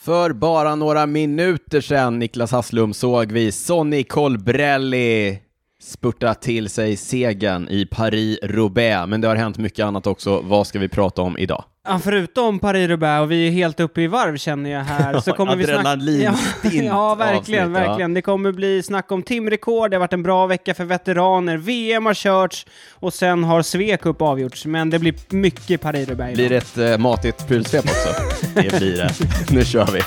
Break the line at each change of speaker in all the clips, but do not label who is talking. För bara några minuter sedan, Niklas Hasslum, såg vi Sonny Colbrelli spurta till sig segern i Paris-Roubaix. Men det har hänt mycket annat också. Vad ska vi prata om idag?
Ja, förutom Paris-Roubaix, och vi är helt uppe i varv känner jag här, så kommer vi snacka...
Adrenalinstint
ja, verkligen,
avsnitt, ja.
verkligen. Det kommer bli snack om timrekord, det har varit en bra vecka för veteraner, VM har körts och sen har Svea Cup avgjorts, men det blir mycket Paris-Roubaix
Blir
idag.
det ett eh, matigt prylsvep också? Det blir det. Nu kör vi.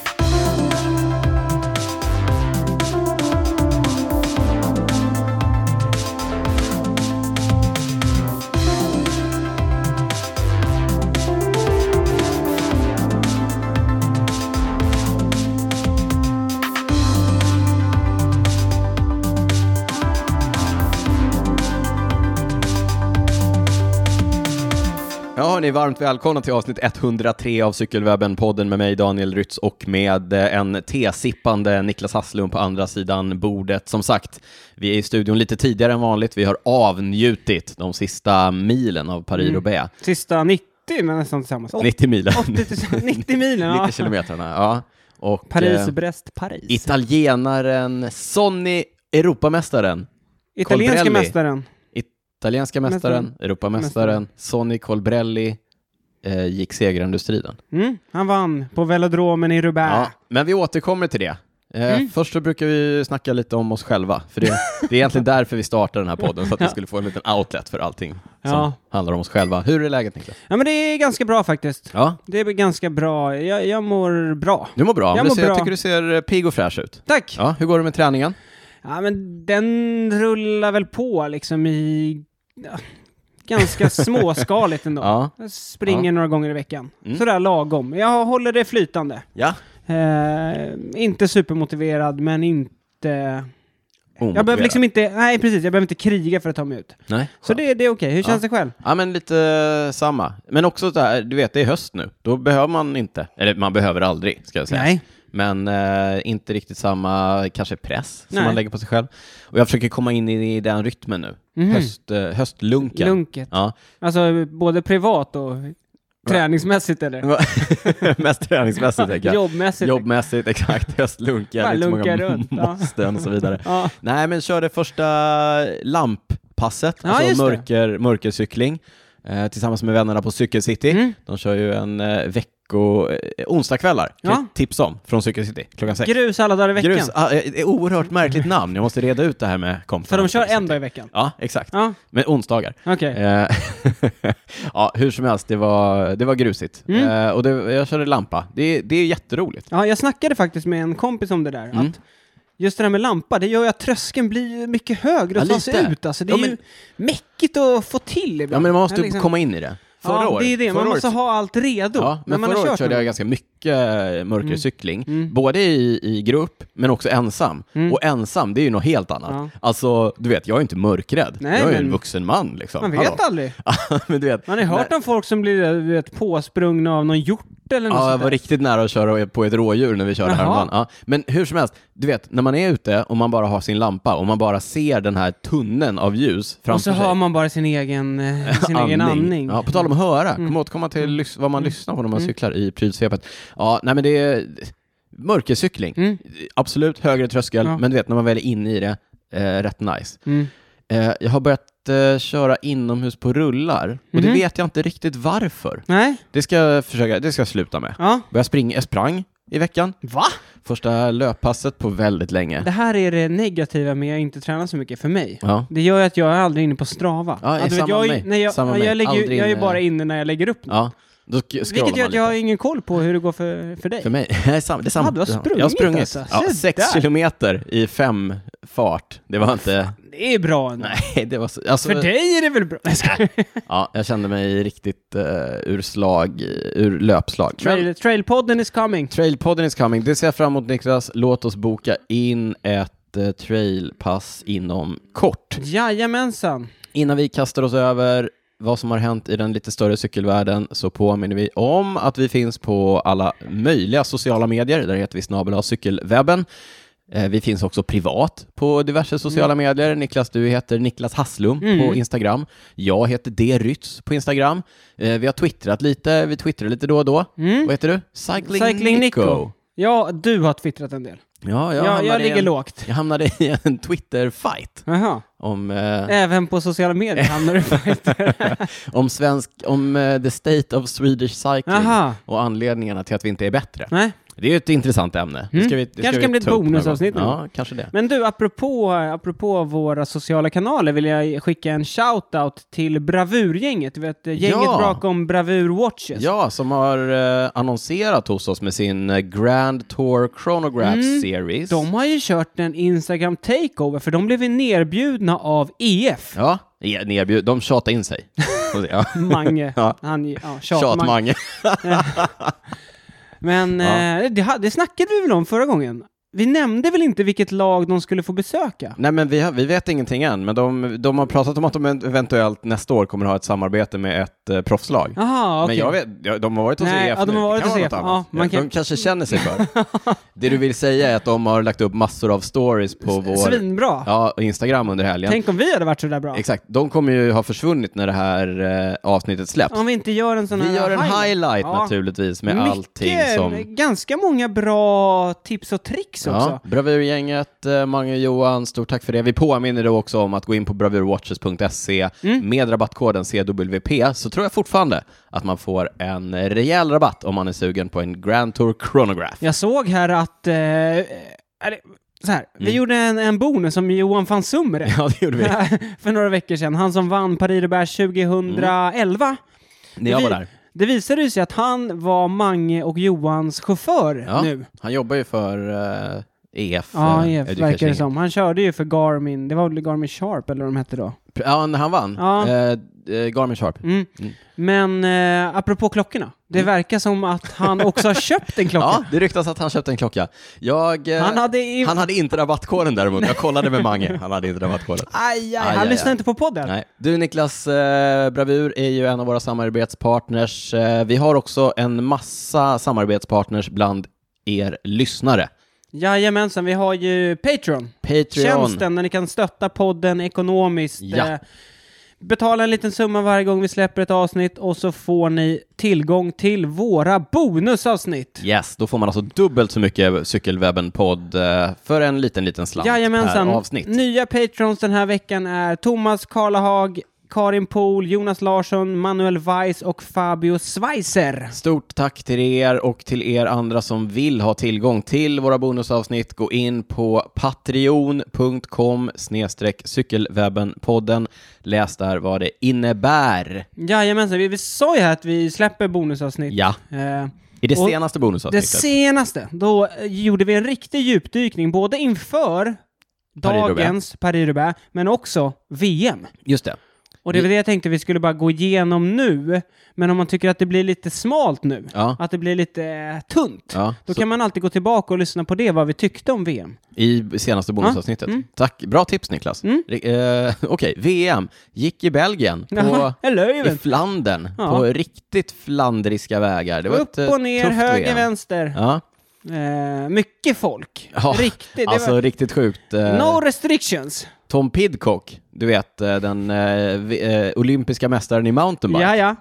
Ja, hörni, varmt välkomna till avsnitt 103 av Cykelwebben-podden med mig Daniel Rytz och med eh, en tesippande Niklas Hasslum på andra sidan bordet. Som sagt, vi är i studion lite tidigare än vanligt. Vi har avnjutit de sista milen av Paris-Roubaix.
Mm. Sista 90, men nästan tillsammans. Åt-
90 milen.
80, 90 milen, ja.
90 kilometrarna, ja. Och,
Paris,
eh,
Brest, Paris.
italienaren Sonny, Europamästaren.
Italienska
Colbrelli.
mästaren.
Italienska mästaren, Europamästaren, Sonny Colbrelli eh, gick segrande ur striden.
Mm, han vann på velodromen i Roubaix.
Ja, men vi återkommer till det. Eh,
Mm.
Först så brukar vi snacka lite om oss själva, för det, det är egentligen därför vi startar den här podden, för att vi skulle få en liten outlet för allting som
Ja.
handlar om oss själva. Hur är läget Niklas?
Ja, men det är ganska bra faktiskt.
Ja,
Det är ganska bra. Jag, jag mår bra.
du mår bra.
Jag
men du
mår
ser, jag
bra.
tycker du ser eh, pigg och fräsch ut.
Tack!
Ja, hur går det med träningen?
Ja, men den rullar väl på liksom i ja, ganska småskaligt ändå.
Ja.
Jag springer
Ja. Mm.
några gånger i veckan. Sådär lagom. Jag håller det flytande.
Ja.
Eh, inte supermotiverad, men inte... Jag behöver
Omotiverad.
liksom inte... Nej, precis. Jag behöver inte kriga för att ta mig ut.
Nej.
Så det, det är okej. Hur känns det själv?
Ja, men lite eh, samma. Men också så här, du vet, det är höst nu. Då behöver man inte, eller man behöver aldrig, ska jag säga.
Nej.
Men eh, inte riktigt samma kanske press som
Nej.
man lägger på sig själv. Och jag försöker komma in i den rytmen nu. Höst, eh, höstlunken.
Mhm. Lunket.
Ja.
Alltså, både privat och träningsmässigt eller?
Mest träningsmässigt, tänker jag.
Jobbmässigt.
Jobbmässigt, exakt. Höstlunken,
Bara
inte
lunka
många
runt, ja.
måsten och så vidare.
Ja.
Nej, men kör det första lamppasset,
Ja, just
alltså
det.
mörker, mörkercykling, eh, tillsammans med vännerna på Cykelcity.
Mm.
De kör ju en eh, vecko, eh, onsdagskvällar, kan
Ja.
jag tipsa om, från Cykelcity, klockan sex.
Grus alla dagar i veckan.
Grus, ah, eh, eh, oerhört märkligt namn, jag måste reda ut det här med kompisarna.
För de
på
kör
Cykel
en
City.
dag i veckan.
Ja, exakt.
Ja,
Men onsdagar.
okej.
Eh, ja, hur som helst, det var, det var grusigt.
Mm.
Eh, och det, jag körde lampa. Det, det är jätteroligt.
Ja, jag snackade faktiskt med en kompis om det där.
Mm.
Att just det där med lampa, det gör ju att tröskeln blir mycket högre att
Ja,
ta sig
lite.
ut. Alltså, det
Ja,
är ju
men-
mäckigt att få till
Ja,
ibland.
men man måste
liksom-
komma in i det. Förra
ja,
året,
det är det. Man
förra
måste
året-
ha allt redo.
Ja, men
när man
förra året
har kört Mm.
körde jag
någon-
ganska mycket eh, mörkercykling, både i, i grupp men också ensam.
Mm.
Och ensam, det är ju något helt annat. Alltså, du vet, jag är ju inte mörkrädd.
Nej,
jag är ju
men-
en vuxen man liksom.
Man vet
Hallå.
aldrig.
men du vet,
Man har ju hört om folk som blir eh, du vet, påsprungna av någon hjort eller något
Ja, jag
sånt
var
där.
riktigt nära att köra på ett rådjur när vi körde
Jaha.
häromdagen. Ja, men hur som helst, du vet, när man är ute och man bara har sin lampa och man bara ser den här tunneln av ljus framför
Och så
sig.
har man bara sin egen, eh, sin egen andning. Mm.
Ja, på tal om att höra, kom återkomma till lys- vad man lyssnar på när man cyklar i prylsvepet. Ja, nej men det är mörkercykling. Absolut högre tröskel,
Mm. Ja.
men du vet när man väl är inne i det, eh, rätt nice.
Mm.
Eh, jag har börjat eh, köra inomhus på rullar och
Mhm.
det vet jag inte riktigt varför.
Nej?
Det ska jag försöka, det ska jag sluta med.
Ja.
Jag, spring, jag sprang i veckan,
Va?
första löppasset på väldigt länge.
Det här är det negativa med att inte träna så mycket för mig.
Ja.
Det gör ju att jag är aldrig inne på Strava. Alltså,
Ja,
du
samma
jag,
med mig.
när jag,
Samma
ja,
med
jag,
mig.
lägger, ju-
Aldrig
jag är ju
inne-
bara inne när jag lägger upp
ja, då sk- scrollar
Vilket gör
man
att
lite.
jag har ingen koll på hur det går för, för dig.
För mig? Nej, sam, det är samma.
Ah, du har sprungit
jag har sprungit
alltså.
ja,
Se
sex
där.
kilometer i fem fart. Det var inte...
Det är bra ändå.
Nej, det var så, alltså,
För dig är det väl bra? Jag skojar.
ja, Jag kände mig riktigt eh, ur slag, eh, ur löpslag. Men,
Trail, trailpodden is coming.
trailpodden is coming. Det ser jag fram emot Niklas. Låt oss boka in ett eh, trailpass inom kort.
Jajamensan.
Innan vi kastar oss över vad som har hänt i den lite större cykelvärlden så påminner vi om att vi finns på alla möjliga sociala medier. Där heter vi snabel A cykelwebben. Eh, Vi finns också privat på diverse sociala medier. Niklas, du heter Niklas Hasslum på Instagram. Jag heter D. Rytz på Instagram. Eh, Vi har twittrat lite, vi twittrar lite då och då. Vad heter du? Cycling,
Cycling Nico. Ja, du har twittrat en del.
Ja, jag,
Ja, jag
hamnade i
ligger
en,
lågt.
Jag hamnade i en Twitter-fight
Jaha.
om, eh,
Även på sociala medier hamnar du på
om, svensk, om eh, the state of Swedish cycling
Jaha.
och anledningarna till att vi inte är bättre.
Nej.
Det är ju ett intressant ämne. Det ska vi, det ska
Mm. Kanske
vi
kan bli ett
ta upp någon gång.
bonusavsnitt någon
Ja, kanske det.
Men du, apropå, apropå våra sociala kanaler vill jag skicka en shout-out till Bravurgänget. Du vet, gänget
Ja.
bakom Bravur Watches.
Ja, som har eh, annonserat hos oss med sin eh, Grand Tour Chronograph Series.
Mm. De har ju kört en Instagram takeover, för de blev ju nerbjudna av EF.
Ja, e- nerbjud, de tjatar in sig. ja.
Mange.
Ja.
Han, ja, Tjatmange.
Tjatmange.
Men eh, det, ha- det snackade vi väl om förra gången? Vi nämnde väl inte vilket lag de skulle få besöka?
Nej, men vi, har, vi vet ingenting än, men de, de har pratat om att de eventuellt nästa år kommer ha ett samarbete med ett eh, proffslag.
Jaha, okej.
Men jag vet, ja, de har varit hos
Nej,
EF
ja, de
nu.
har
Det
varit
kan
hos
vara
EF.
något annat.
Ja, man kan-
De kanske känner sig för. det du vill säga är att de har lagt upp massor av stories på vår
Svinbra.
ja, Instagram under helgen.
Tänk om vi hade varit sådär bra.
Exakt, de kommer ju ha försvunnit när det här eh, avsnittet släpps.
Om vi inte gör en sån här
Vi gör en highlight,
Ja.
naturligtvis med
Mycket-
allting som...
Ganska många bra tips och tricks också.
Ja, Bravurgänget, eh, Mange och Johan, stort tack för det. Vi påminner då också om att gå in på bravurwatches.se
Mm.
med rabattkoden CWP så tror jag fortfarande att man får en rejäl rabatt om man är sugen på en Grand Tour Chronograph.
Jag såg här att... Eh, är det, så här, vi gjorde en, en bonus som Johan van Summer
Mm. Ja, det gjorde vi
för några veckor sedan. Han som vann Paris-Roubaix 2011.
Mm. när jag var
Vi-
där.
Det visade ju sig att han var Mange och Johans chaufför
Ja,
nu.
Han jobbar ju för eh, EF.
Ja,
eh,
EF
Education
verkar det
Inc.
som. Han körde ju för Garmin, det var väl Garmin Sharp eller vad de hette då.
Ja, när han vann.
Ja.
Eh, eh, Garmin Sharp.
Mm. Men eh, apropå klockorna, det
Mm.
verkar som att han också har köpt en klocka.
Ja, det ryktas att han köpte en klocka. Jag, eh,
Han hade... I...
han hade inte rabattkoden däremot. Jag kollade med Mange, han hade inte rabattkoden.
Aj, aj,
Aj,
han
aj,
lyssnar
aj.
inte på podden.
Nej. Du Niklas, eh, Bravur är ju en av våra samarbetspartners. Eh, vi har också en massa samarbetspartners bland er lyssnare.
Jajamensan, vi har ju Patreon.
Patreon.
Tjänsten där ni kan stötta podden ekonomiskt.
Ja.
Eh, Betala en liten summa varje gång vi släpper ett avsnitt och så får ni tillgång till våra bonusavsnitt.
Yes, då får man alltså dubbelt så mycket Cykelwebben-podd eh, för en liten, liten slant
Jajamensan.
per avsnitt.
Nya Patrons den här veckan är Thomas Karlahag, Karin Pohl, Jonas Larsson, Manuel Weiss och Fabio Schweizer.
Stort tack till er och till er andra som vill ha tillgång till våra bonusavsnitt. Gå in på patreon.com cykelwebbenpodden. Läs där vad det innebär.
Jajamensan, vi, vi sa ju här att vi släpper bonusavsnitt.
Ja,
Eh,
i det
Och
senaste
Det
bonusavsnittet.
senaste, då eh, gjorde vi en riktig djupdykning både inför
Paris-Roubaix.
dagens Paris-Roubaix, men också VM.
Just det.
Och det var det jag tänkte vi skulle bara gå igenom nu, men om man tycker att det blir lite smalt nu,
Ja.
att det blir lite eh, tunt,
Ja,
då
så-
kan man alltid gå tillbaka och lyssna på det, vad vi tyckte om VM.
I senaste bonusavsnittet.
mm.
Tack. Bra tips Niklas. Ri- Eh, Okej, VM gick i Belgien. På...
Jaha, eller
I
hur?
Flandern,
Ja.
på riktigt flandriska vägar. Det var
Upp
ett, eh,
och ner,
tufft
höger,
VM.
vänster.
Ja.
Eh, mycket folk.
Ja,
Riktigt. Det
alltså
var...
riktigt sjukt. eh,
No restrictions.
Tom Pidcock, du vet eh, den eh, vi- eh, olympiska mästaren i mountainbike,
Ja, ja.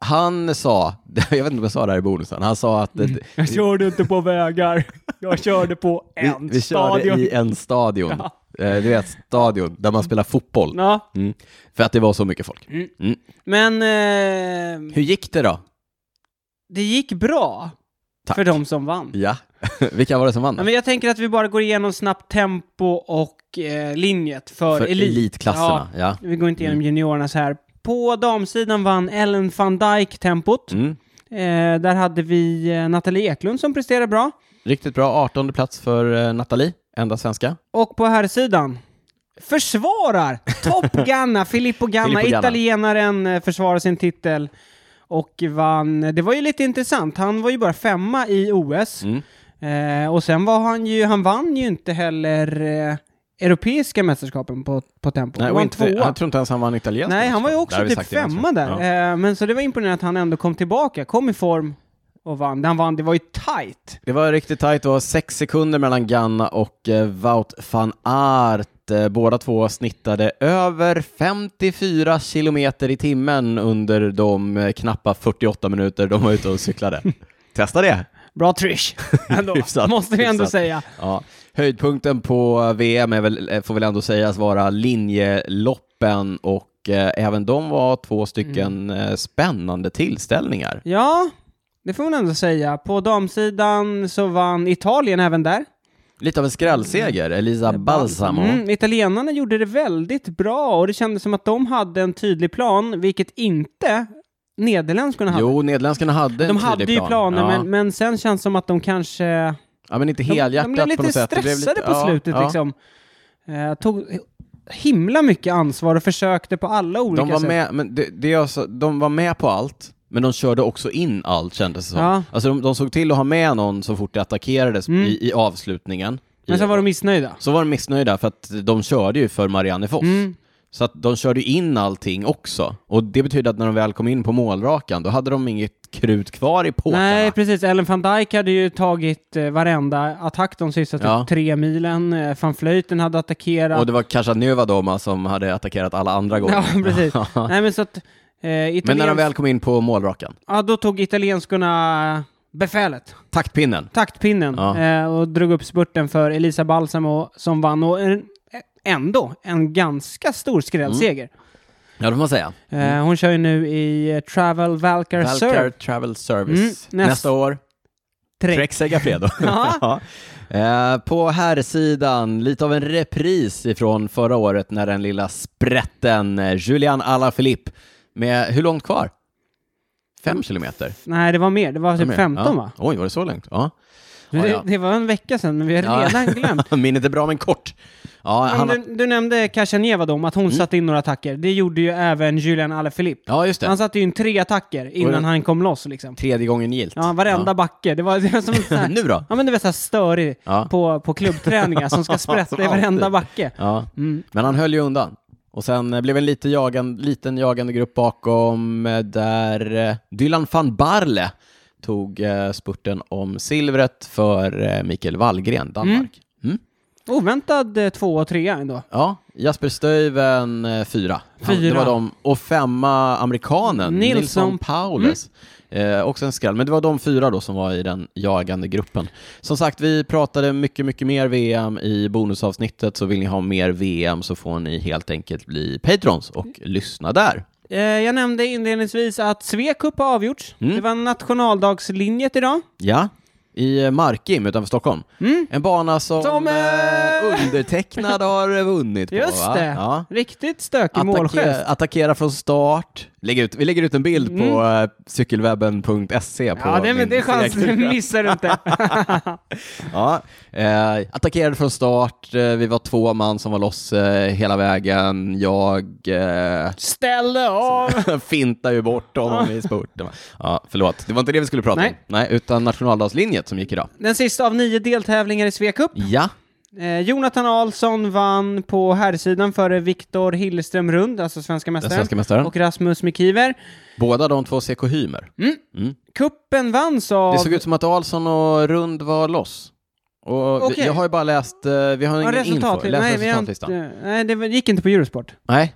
han sa, jag vet inte om jag sa det här i bonusen, han sa att eh,
Jag körde inte på vägar. Jag körde på
vi,
en
vi körde
stadion.
i en stadion, Eh, du vet stadion där man spelar fotboll,
Ja.
mm. för att det var så mycket folk.
Mm.
Mm.
Men eh,
Hur gick det då?
det gick bra
Tack.
för de som vann.
Ja, vilka var det som vann?
Ja, men jag tänker att vi bara går igenom snabbt tempo och eh, linjet för,
för
elit.
elitklasserna, Mm. ja.
Vi går inte igenom juniorernas här. På damsidan vann Ellen van Dijk tempot.
Mm.
Eh, där hade vi eh, Nathalie Eklund som presterade bra.
Riktigt bra, 18 plats för eh, Nathalie, enda svenska.
Och på herrsidan försvarar Top Ganna, Filippo Ganna,
Filippo Ganna.
italienaren, eh, försvarar sin titel och vann. Det var ju lite intressant. Han var ju bara femma i OS
Mm.
eh, och sen var han ju, han vann ju inte heller eh, europeiska mästerskapen på, på tempo.
Nej,
Nej,
och
var
inte,
tvåa.
jag tror inte ens han vann italienska.
Nej, han var ju
Där
också
har vi
typ
sagt det redan, tror
femma
jag.
där.
Ja.
Eh, men så det var imponerande att han ändå kom tillbaka, kom i form och vann. Han vann, det var ju tight.
Det var riktigt tajt, det var sex sekunder mellan Ganna och eh, Wout van Aert. Eh, Båda två snittade över 54 kilometer i timmen under de eh, knappa 48 minuter de var ute och cyklade. Testa det!
Bra Trish, ändå.
Hyfsat,
måste vi ändå
hyfsat.
säga.
Ja. Höjdpunkten på VM är väl, eh, får väl ändå sägas vara linjeloppen och eh, även de var två stycken
Mm.
eh, spännande tillställningar.
Ja, det får man ändå säga. På damsidan så vann Italien även där.
Lite av en skrällseger, Elisa Balsamo.
Mm, italienarna gjorde det väldigt bra och det kändes som att de hade en tydlig plan, vilket inte Nederländskorna hade.
Jo, Nederländskarna hade en
de hade
tydlig
ju
plan.
planer,
ja.
men, men sen känns det som att de kanske...
ja, men inte
De,
helhjärtat
de blev
på något
lite
sätt. Det
stressade
blev lite-
på
ja,
slutet
ja.
liksom. Eh, tog himla mycket ansvar och försökte på alla olika
De var
sätt.
med, men det, det är alltså, de var med på allt, men de körde också in allt kändes det som.
Ja. Mm.
Alltså de, de såg till att ha med någon så fort det attackerades i, i avslutningen.
Men
I-
så var de missnöjda.
så var de missnöjda för att de körde ju för Marianne Voss.
Mm.
Så att de körde ju in allting också. Och det betyder att när de väl kom in på målrakan, då hade de inget krut kvar i påkarna.
Nej, precis. Ellen van Dijk hade ju tagit eh, varenda attack de sista typ
Ja.
tre milen. Eh, van Vleuten hade attackerat.
Och det var Casanova Doma som hade attackerat alla andra gånger.
Ja, precis. Nej, men så att... Eh,
Men när de
italiens...
väl kom in på målrakan,
ja, då tog italienskorna befälet,
taktpinnen.
taktpinnen,
Ja.
eh, och drog upp spurten för Elisa Balsamo som vann. Och en, ändå en ganska stor skrällseger.
Ja, det får man säga.
Eh, hon kör ju nu i eh, Travel Valcar
Valcar
Sur
Travel Service.
Mm, näst-
Nästa år,
Trek.
Trek Segafredo.
Ja.
Ja. Eh, På här sidan lite av en repris ifrån förra året när den lilla sprätten eh, Julian Alaphilippe med, hur långt kvar? Fem kilometer?
Nej, det var mer. Det var typ 15,
ja.
va?
Oj, var det så långt? Ja. Ja,
Det,
ja.
det var en vecka sedan, men vi har redan glömt.
Minnet är bra men kort. Ja,
Men
han,
du, du nämnde Kachaneva då, om att hon satte in några attacker. Det gjorde ju även Julian Alaphilippe.
ja just det.
Han satte ju in tre attacker
Och
innan
det-
han kom loss liksom.
Tredje gången gillt.
Ja, varenda backe. Det var, det var som en sån
Ja.
här,
Nu då?
ja, men du vet såhär störig
Ja.
på, på klubbträningar som ska
Som
sprätta i
alltid.
varenda backe.
Ja.
Mm.
Men han höll ju undan. Och sen eh, blev en lite jagan, liten jagande grupp bakom eh, där eh, Dylan van Barle tog eh, spurten om silvret för eh, Mikael Wallgren, Danmark. Mm.
Oväntad eh, två och trea ändå.
Ja, Jasper Stuyven eh, fyra. Han-
Fyra.
Det var de. Och femma amerikanen,
Nilsson- Mm.
Nilsson, Paulus. Eh, också en skräll. Men det var de fyra då som var i den jagande gruppen. Som sagt, vi pratade mycket, mycket mer VM i bonusavsnittet, så vill ni ha mer VM så får ni helt enkelt bli patrons och lyssna där.
Eh, jag nämnde inledningsvis att Svea Cup har avgjorts.
Mm.
Det var nationaldagslinjet idag.
Ja, i eh, Markim utanför Stockholm. En bana som,
Mm. Som, eh,
eh, undertecknad har vunnit på.
Just
va?
det.
Ja.
Riktigt stökig
Attackera,
målgest.
attackera från start. Lägg ut, vi lägger ut en bild på eh, cykelwebben.se. På
Mm. Ja, det, men
min
det är chans.
Svea
Det
Cup.
missar du inte.
ja, eh, attackerade från start. Eh, vi var två man som var loss eh, hela vägen. Jag eh,
Ställde av!
fintade ju bort honom i spurten. Ja, förlåt, det var inte det vi skulle prata
Nej.
om. Nej, utan nationaldagslinjet som gick idag.
Den sista av nio deltävlingar i Svea Cup.
Ja,
Eh, Jonathan Ahlsson vann på herrsidan före Viktor Hilleström Rund, alltså svenska
den
mästaren,
svenska mästaren.
och Rasmus Mikiver.
Båda de två CK Hymer.
Mm.
Mm.
Kuppen vanns av...
Det såg ut som att Ahlsson och Rund var loss. Och
Okej.
vi, jag har ju bara läst, eh, vi har
Ja,
ingen info,
resultatli-
läst
Nej, vi har
resultatlistan.
inte, nej, det gick inte på Eurosport.
Nej,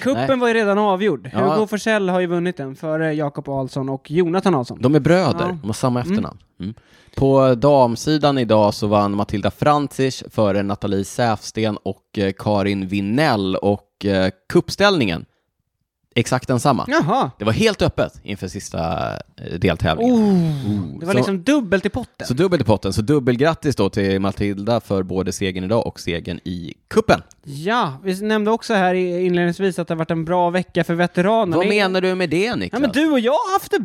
Kuppen
Nej.
var ju redan avgjord.
Ja.
Hugo Forsell har ju vunnit den före Jakob Ahlsson och Jonathan Ahlsson.
de är bröder,
Ja.
de har samma efternamn. Mm. På damsidan idag så vann Matilda Francis före Nathalie Säfsten och eh, Karin Vinell och eh, kuppställningen, exakt densamma.
Jaha!
Det var helt öppet inför sista eh, deltävlingen.
Oh, det var
Så-
liksom dubbelt i potten.
Så dubbelt i potten, så dubbelgrattis då till Matilda för både segern idag och segern i kuppen.
Ja, vi nämnde också här i- inledningsvis att det har varit en bra vecka för veteraner.
Vad
Men-
menar du med det
Ja,
Niklas?
men du och jag har haft det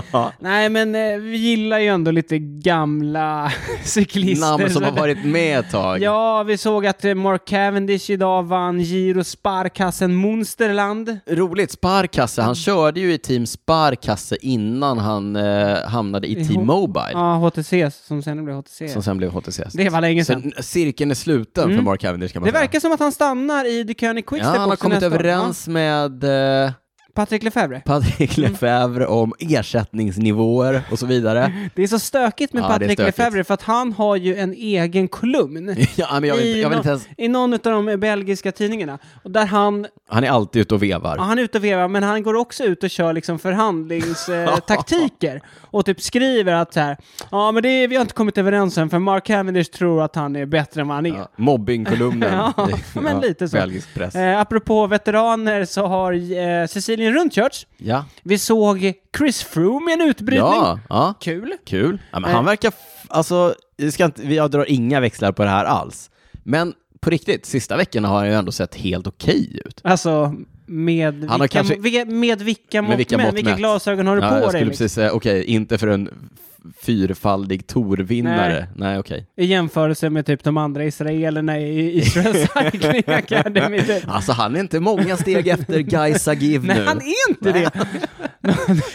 bra! Nej, men eh, vi gillar ju ändå lite gamla cyklister.
namn som
Så
har
det-
varit med ett tag.
Ja, vi såg att eh, Mark Cavendish idag vann Giro Sparkassen Munsterland.
Roligt, Sparkasse,
Mm.
han körde ju i Team Sparkasse innan han eh, hamnade i Team Mobile,
Ja, HTC, som sen blev HTC.
som sen blev HTC.
Det var länge sedan. Mm.
Så cirkeln är sluten för Mark Cavendish kan man
Det
säga.
verkar som att han stannar i The König
ja,
Quickstep
han har
också
kommit
nästa år.
överens med eh,
Patrik Lefebvre.
Patrik
Mm.
Lefebvre om ersättningsnivåer och så vidare.
Det är så stökigt med
Ja, det är
Patrik
stökigt.
Lefebvre för att han har ju en egen kolumn.
ja, men jag vill,
I,
jag vill inte
nå-
ens...
I någon av de belgiska tidningarna. Och där han,
Han är alltid ute och
ja,
vevar.
han är ute och vevar, men han går också ut och kör liksom förhandlingstaktiker. och typ skriver att så här, ja men det, är- vi har inte kommit överens än för Mark Cavendish tror att han är bättre än vad han är.
Ja, Mobbingkolumnen.
Ja,
i-
men lite så.
Belgisk press.
Eh, apropå veteraner så har eh, Cecilien Rundkörts,
Ja.
vi såg Chris Froome i en utbrytning.
Ja, ja.
Kul.
Kul. Ja,
Eh.
men han verkar, f- alltså, vi ska inte, jag drar inga växlar på det här alls. Men på riktigt, sista veckorna har han ju ändå sett helt okej ut.
Alltså, med vilka,
har kanske-
vilka, med vilka mått
Med vilka mått
mätt? Vilka
mätt?
glasögon har du
Ja,
på
jag
dig?
skulle
Liksom,
precis säga, okej, inte för en f- fyrfaldig Torvinnare.
Nej.
Nej, okej.
I jämförelse med typ de andra israelerna i Israel Cycling Academy. typ.
Alltså han är inte många steg efter Guy Sagiv
Nej,
nu.
han är inte det.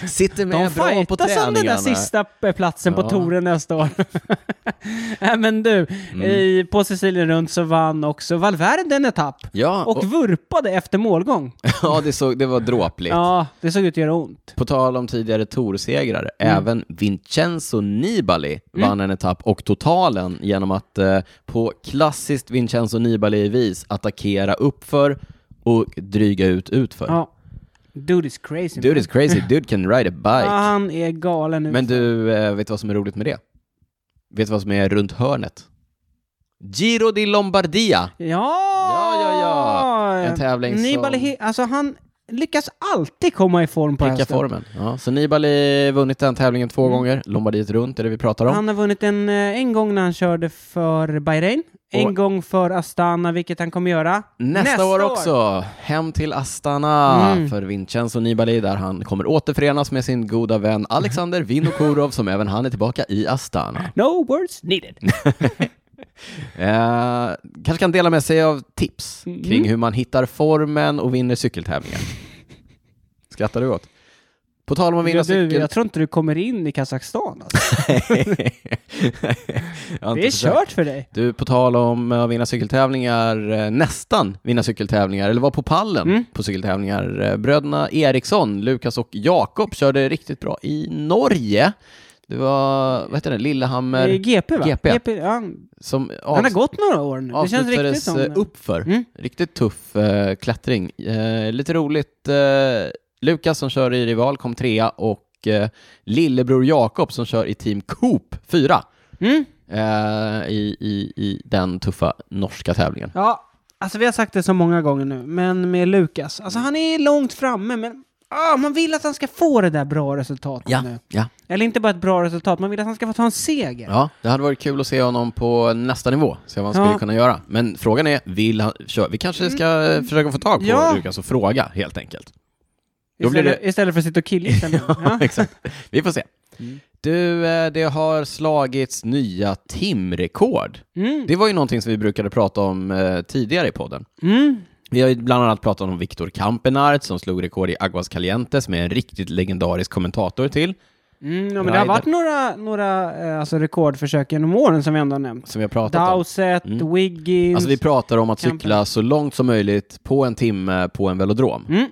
Sitter
De
med bra på
fightas om den där
träningarna.
sista eh, platsen på
Ja.
touren nästa år. Nej, men du,
Mm.
i, på Sicilien runt så vann också Valverde en etapp.
Ja,
Och
och,
vurpade efter målgång.
ja det, såg, det var dråpligt.
Ja, det såg ut att göra ont.
På tal om tidigare Torsegrare,
Mm.
även Vincenzo Nibali vann en etapp och totalen genom att eh, på klassiskt Vincenzo Nibali-vis attackera uppför och dryga ut utför.
Ja. Dude is crazy.
Dude is crazy, dude can ride a
Ja,
bike.
han är galen nu.
Men du, eh, vet du vad som är roligt med det? Vet du vad som är runt hörnet? Giro di Lombardia!
Ja!
Ja, ja, ja. En tävling som-
Nibali, he- alltså han lyckas alltid komma i form på
Pricka
hästen.
formen. Ja, så Nibali vunnit den tävlingen två
Mm.
gånger, Lombardiet runt är det vi pratar om.
Han har vunnit en, eh, en gång när han körde för Bahrain, en
Och-
gång för Astana, vilket han kommer göra
Nästa, år också, hem till Astana
Mm.
för Vincenzo Nibali där han kommer återförenas med sin goda vän Alexander Vinokurov som även han är tillbaka i Astana.
No words needed.
Eh, kanske kan dela med sig av tips
Mm.
kring hur man hittar formen och vinner cykeltävlingar. Skrattar du åt? På tal om att vinna
Du, du,
cykel...
jag tror inte du kommer in i Kazakstan. Alltså.
Jag har
Det
inte
är
försökt.
kört för dig.
Du, på tal om eh, att vinna cykeltävlingar, eh, nästan vinna cykeltävlingar, eller var på pallen
Mm.
på cykeltävlingar. Eh, Bröderna Eriksson, Lukas och Jakob körde riktigt bra i Norge. Det var, vad heter det, Lillehammer
Eh, GP va?
GP.
ja. Han
som
har
avs-
gått några år nu. Det känns riktigt
avslutades
som...
eh, uppför.
Mm.
Riktigt tuff eh, klättring. Eh, lite roligt, eh, Lukas som kör i Rival kom trea och eh, lillebror Jakob som kör i Team Coop fyra
Mm?
eh, i, i, i den tuffa norska tävlingen.
Ja, alltså vi har sagt det så många gånger nu, men med Lukas. Alltså han är långt framme, men ah, man vill att han ska få det där bra resultatet
Ja,
nu.
ja.
Eller inte bara ett bra resultat, man vill att han ska få ta en seger.
ja, det hade varit kul att se honom på nästa nivå, se vad han skulle
Ja.
kunna göra. Men frågan är, vill han köra? Vi kanske ska eh, försöka få tag på
Mm. Ja.
Lukas och fråga helt enkelt. Då blir
istället, istället för att sitta och killgissa. nu. ja. Mm.
Exakt. Vi får se. Du, eh, det har slagits nya timrekord.
Mm.
Det var ju någonting som vi brukade prata om eh, tidigare i podden.
Mm.
Vi har ju bland annat pratat om Viktor Kampenart som slog rekord i Aguas Calientes med en riktigt legendarisk kommentator till,
Mm, ja, men det
Ryder.
har varit några, några eh, alltså, rekordförsök genom åren som vi ändå har nämnt.
som vi har pratat om.
Dowsett, Wiggins.
Alltså vi pratar om att
Kampen.
cykla så långt som möjligt på en timme på en velodrom.
Mm.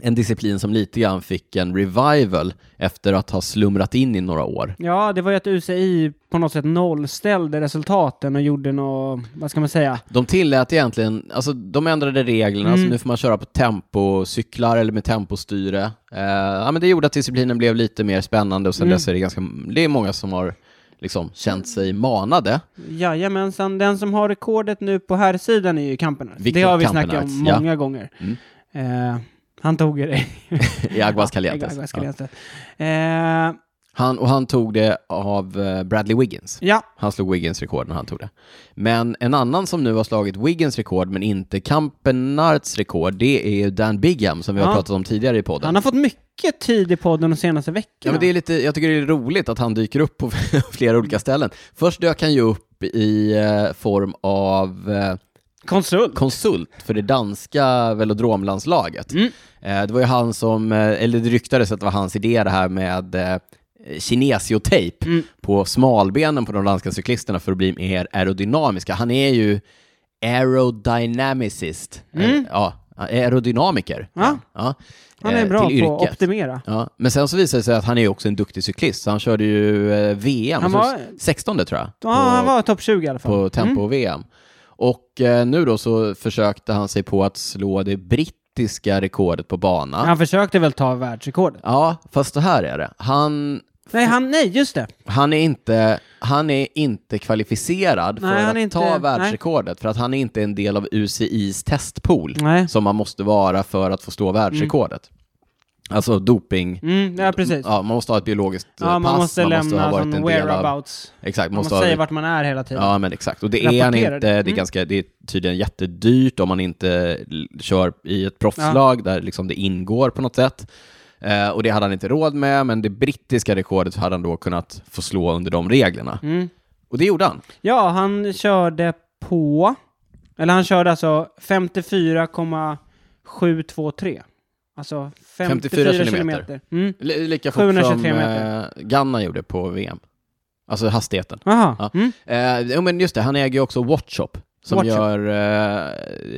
En disciplin som lite grann fick en revival efter att ha slumrat in i några år.
Ja, det var ju att UCI på något sätt nollställde resultaten och gjorde något, vad ska man säga?
De tillät egentligen, alltså de ändrade reglerna,
Mm.
så nu får man köra på tempocyklar eller med tempostyre. Eh, ja, men det gjorde att disciplinen blev lite mer spännande och
Mm.
sen dess är det ganska, det är många som har liksom känt sig manade.
Jajamensan, den som har rekordet nu på här sidan är ju Kampenarts. Det
Viktor
har vi snackat
Kampenarts,
om
ja. Mm.
många gånger. Eh, han tog ju det.
I Aguas
Ja, Aguas
Calientes. Ja.
Calientes. Eh,
Han, och han tog det av eh, Bradley Wiggins.
ja,
Han slog Wiggins rekord när han tog det. Men en annan som nu har slagit Wiggins rekord, men inte Kampenarts rekord, det är ju Dan Bigham som vi
Ja.
har pratat om tidigare i podden.
han har fått mycket tid i podden de senaste
Ja,
veckorna.
men det är lite, jag tycker det är roligt att han dyker upp på flera olika ställen. Först dök han ju upp i eh, form av eh,
Konsult.
konsult för det danska velodromlandslaget.
Mm.
Eh, det var ju han som, eh, eller det ryktades att det var hans idé det här med eh, kinesiotejp
Mm.
på smalbenen på de danska cyklisterna för att bli mer aerodynamiska. Han är ju aerodynamicist. Eh,
Mm.
ja, Aerodynamiker.
Ja.
Ja.
Han är
Eh,
bra
till
på att
yrket.
optimera.
Ja, men sen så visade det sig att han är ju också en duktig cyklist. Så han körde ju eh, VM,
Han
han var...
var-
16 tror jag,
Ja, han var topp 20 i alla fall.
på tempo-VM. Och eh, nu då så försökte han sig på att slå det brittiska rekordet på bana. Ja,
Han försökte väl ta världsrekordet?
fast så här är det. Han,
Nej, han, nej, just det.
han, är, inte, han är inte kvalificerad för
Nej, han
att
är inte-
ta
nej.
världsrekordet, för att han är inte en del av UCIs testpool,
Nej.
som man måste vara för att få slå världsrekordet. Alltså doping...
Mm, ja, precis.
Ja, man måste ha ett biologiskt eh,
Ja, man
pass,
måste lämna
ha varit
sån
en del av...
whereabouts.
Exakt,
Man
måste
säger
ha...
vart man är hela tiden.
Ja, men exakt. Och det är han
Typ. Rapporterar
inte. Det är,
det. Mm.
ganska, det är tydligen jättedyrt om man inte l- kör i ett proffslag där liksom det ingår på något sätt. Eh, och det hade han inte råd med, men det brittiska rekordet hade han då kunnat få slå under de reglerna.
Mm.
Och det gjorde han.
Ja, han körde på... Eller han körde alltså 54,723. Alltså 54,
54 kilometer.
kilometer. Mm.
L- lika fort
723
som eh,
meter.
Ganna gjorde på VM. Alltså hastigheten.
Aha.
Ja.
Mm.
Eh, jo, men just det, han äger ju också Watchop som
Watchop.
gör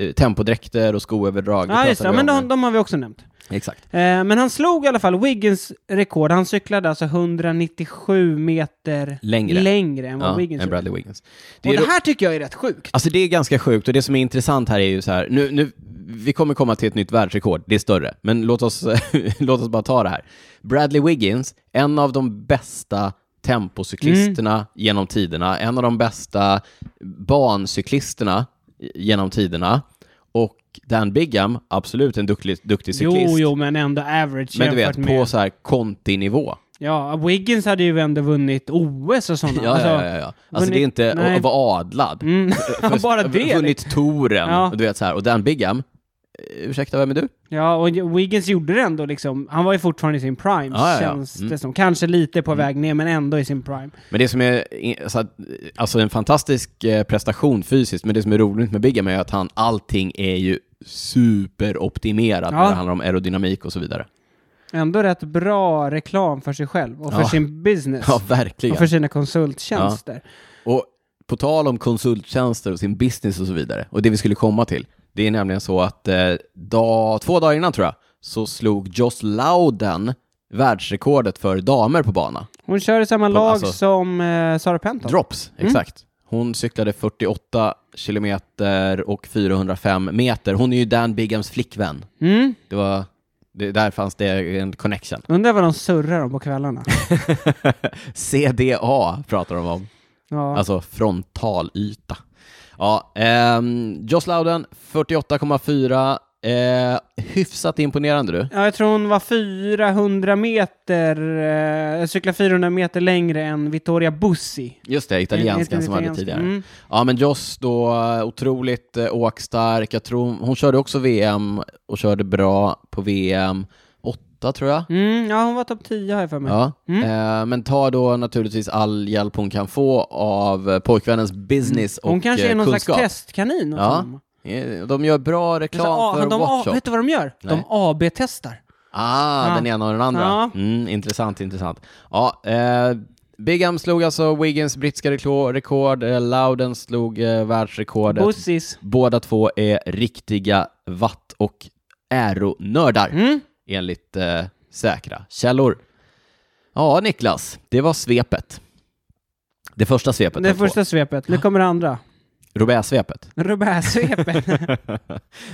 eh, tempodräkter och skoöverdrag. Det
Ja, just det.
pratade
Ja,
vi
men
om.
de, de har vi också nämnt.
Exakt.
Eh, men han slog i alla fall Wiggins rekord. Han cyklade alltså 197 meter
Längre.
än vad
Ja,
Wiggins
än
gjorde.
Bradley Wiggins. Det
Och
är
det här tycker jag är rätt sjukt.
Alltså det är ganska sjukt och det som är intressant här är ju så här, nu, nu, vi kommer komma till ett nytt världsrekord, det är större, men låt oss, låt oss bara ta det här. Bradley Wiggins, en av de bästa tempocyklisterna
Mm.
genom tiderna, en av de bästa bancyklisterna genom tiderna och Dan Bigham, absolut en duktig, duktig cyklist,
Jo, jo, men ändå average
men du
jämfört
vet på
med...
så här kontinivå.
Ja, Wiggins hade ju ändå vunnit OS och sådana.
Ja, ja,
alltså,
ja, ja, ja. Alltså
vunnit-
det är inte
nej.
att vara adlad.
Mm.
För-
Bara det. liksom.
Vunnit touren,
Ja.
och du vet så här. Och Dan Bigham, eh, ursäkta, vem är du?
Ja, och Wiggins gjorde det ändå liksom. Han var ju fortfarande i sin prime,
Ja, ja, ja.
känns
Mm.
det som. Kanske lite på väg ner, men ändå i sin prime.
Men det som är, i- så att, eh, alltså en fantastisk eh, prestation fysiskt, men det som är roligt med Bigham är att han, allting är ju superoptimerat
Ja.
när det handlar om aerodynamik och så vidare.
Ändå rätt bra reklam för sig själv och för
Ja.
sin business.
Ja,
och
verkligen.
för sina konsulttjänster.
Och på tal om konsulttjänster och sin business och så vidare, och det vi skulle komma till, det är nämligen så att eh, dag, två dagar innan tror jag, så slog Joss Louden världsrekordet för damer på bana.
Hon kör i samma
På-
lag
alltså-
som eh, Sara Penton.
Drops, exakt. Hon cyklade 48 kilometer och 405 meter. Hon är ju Dan Bighams flickvän.
Mm.
Det var, det, där fanns det en connection.
Undrar vad de surrar om på kvällarna.
CDA pratar de om,
Ja.
alltså frontalyta. Ja, ehm, Joss Louden, 48,4. Eh, hyfsat imponerande du.
ja, jag tror hon var 400 meter, eh, cyklar 400 meter längre än Vittoria Bussi.
Just det, italienskan som hade
Italiensk-
tidigare.
Mm.
Ja, men Joss då, otroligt eh, åkstark. Jag tror hon körde också VM och körde bra på VM. Åtta, tror jag.
Mm, ja, hon var topp 10 här för mig.
Ja.
Mm.
Eh, men ta då naturligtvis all hjälp hon kan få av eh, pojkvännens business och
Mm. Hon kanske är
eh,
någon
kunskap.
slags testkanin. åt
Ja.
honom.
Eh, De gör bra
Men så,
reklam
ah,
för
de, ah,
Watchshop.
vet du vad de gör?
Nej.
De AB-testar.
Ah,
Ja.
den ena och den andra.
Ja.
Mm, intressant, intressant. Ja, eh, Bigham slog alltså Wiggins brittiska reklo- rekord, eh, Louden slog eh, världsrekordet.
Bussis.
Båda två är riktiga vatt och äronördar,
Mm.
enligt eh, säkra källor. Ja, Niklas, det var svepet. Det första svepet.
Det
av två.
första svepet. Nu kommer det andra.
Robert-svepet.
Robert-svepet.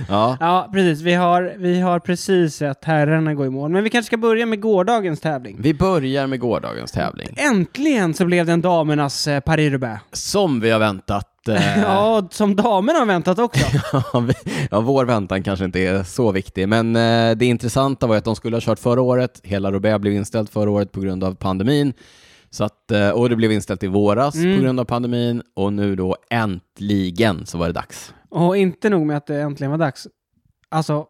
Ja.
ja, precis. Vi har, vi har precis sett herrarna gå i mål. Men vi kanske ska börja med gårdagens tävling.
Vi börjar med gårdagens tävling.
Äntligen så blev det en damernas eh, Paris-Roubaix.
Som vi har väntat. Eh,
Ja, som damerna har väntat också.
Ja, vi- ja, vår väntan kanske inte är så viktig, men eh, det intressanta var ju att de skulle ha kört förra året. Hela Roubaix blev inställt förra året på grund av pandemin. Så att, eh, och det blev inställt i våras
Mm.
på grund av pandemin och nu då äntligen så var det dags.
Och inte nog med att det äntligen var dags. Alltså,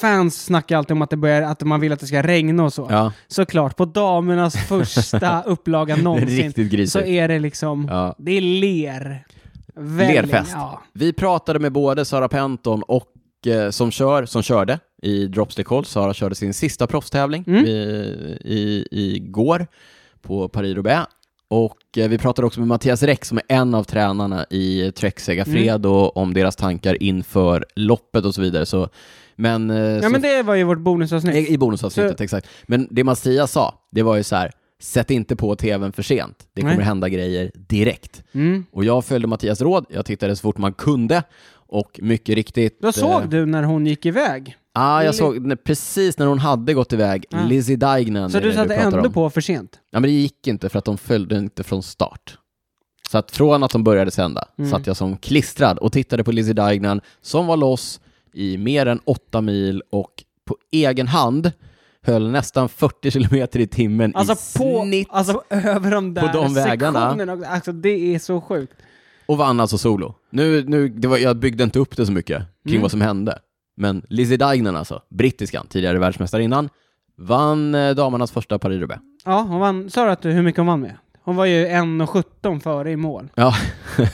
fans snackar alltid om att, det börjar, att man vill att det ska regna och så.
Ja,
Såklart, på damernas första upplaga
det är
någonsin
riktigt
så
grisigt.
är det liksom,
Ja.
det är ler. Välling,
Lerfest.
Ja.
Vi pratade med både Sara Penton och eh, som, kör, som körde i Drops Call. Sara körde sin sista proffstävling
Mm.
i, i, igår på Paris Roubaix Och eh, vi pratade också med Mattias Räck som är en av tränarna i Trek
Mm.
Segafredo om deras tankar inför loppet och så vidare. Så, men, eh,
Ja,
så
men det var ju vårt bonusavsnitt.
I i bonusavsnittet,
Så-
exakt. Men det Mattias sa, det var ju så här, sätt inte på tvn för sent. Det kommer
Nej.
hända grejer direkt.
Mm.
Och jag följde Mattias råd, jag tittade så fort man kunde och mycket riktigt...
Då
eh,
såg du när hon gick iväg.
Ja, jag
Li-
såg när, precis när hon hade gått iväg,
Ja.
Lizzie Deignan
Så
är det
du satte
pratar
ändå
om.
på för sent.
Ja, men det gick inte för att de följde inte från start. Så att från att de började sända
Mm.
satt jag som klistrad och tittade på Lizzie Deignan som var loss i mer än åtta mil och på egen hand höll nästan 40 kilometer i timmen i
Alltså på,
snitt
alltså över de där
de vägarna.
sektionerna. Och, alltså det är så sjukt.
och vann alltså solo. Nu, nu, det var, jag byggde inte upp det så mycket kring
Mm.
vad som hände. Men Lizzie Deignan alltså, brittiskan, tidigare världsmästarinnan, vann eh, damernas första Paris-Roubaix.
Ja, hon vann. Sa du att du, hur mycket hon vann med? Hon var ju 1,17 före i mål.
Ja.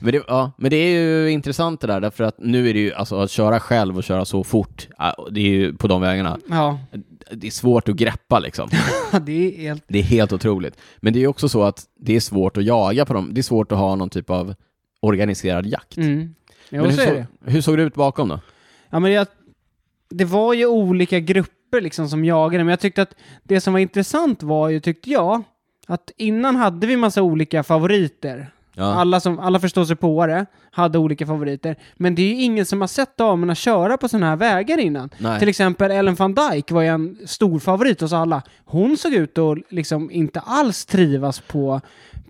men det, ja, men det är ju intressant det där, därför att nu är det ju, alltså att köra själv och köra så fort, ja, det är ju på de vägarna,
Ja,
det är svårt att greppa liksom.
det är helt...
Det är helt otroligt. Men det är ju också så att det är svårt att jaga på dem, det är svårt att ha någon typ av organiserad jakt.
Mm. Jo,
men
så
hur,
är det.
hur såg det ut bakom då?
Ja, men jag, det var ju olika grupper liksom som jagade, men jag tyckte att det som var intressant var ju, tyckte jag, att innan hade vi massa olika favoriter.
Ja.
Alla, som, alla förståsigpåare hade olika favoriter, men det är ju ingen som har sett damerna köra på sådana här vägar innan.
Nej.
Till exempel Ellen van Dijk var ju en stor favorit hos alla. Hon såg ut att liksom inte alls trivas på,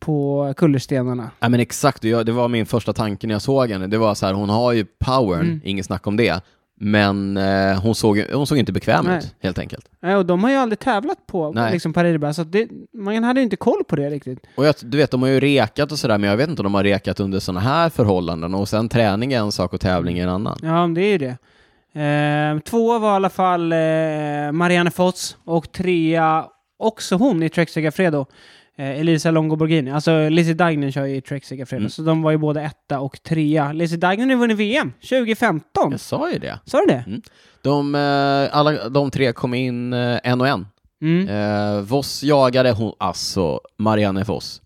på kullerstenarna.
Ja men exakt, Och jag, det var min första tanke när jag såg henne. Det var så här, hon har ju powern,
Mm.
inget snack om det. Men eh, hon, såg, hon såg inte bekväm
Nej.
ut, helt enkelt.
Nej, Eh, Och de har ju aldrig tävlat på
Nej.
liksom Paris-Roubaix, så att det, man hade ju inte koll på det riktigt.
Och jag, du vet, de har ju rekat och sådär, men jag vet inte om de har rekat under sådana här förhållanden. Och sen träning är en sak och tävling är en annan.
Ja, men det är ju det. Ehm, två var i alla fall eh, Marianne Foss och trea också hon i Trek Segafredo. Eh, Elisa Longo Borghini. Alltså Lizzie Dagnan kör ju i Trek Segafredo,
Mm.
så de var ju både etta och trea. Lizzie Dagnan har ju vunnit VM 2015.
Jag sa ju det.
Sa du det?
De, eh, alla, de tre kom in eh, en och en.
Mm.
Eh, Voss jagade hon, alltså Marianne Voss.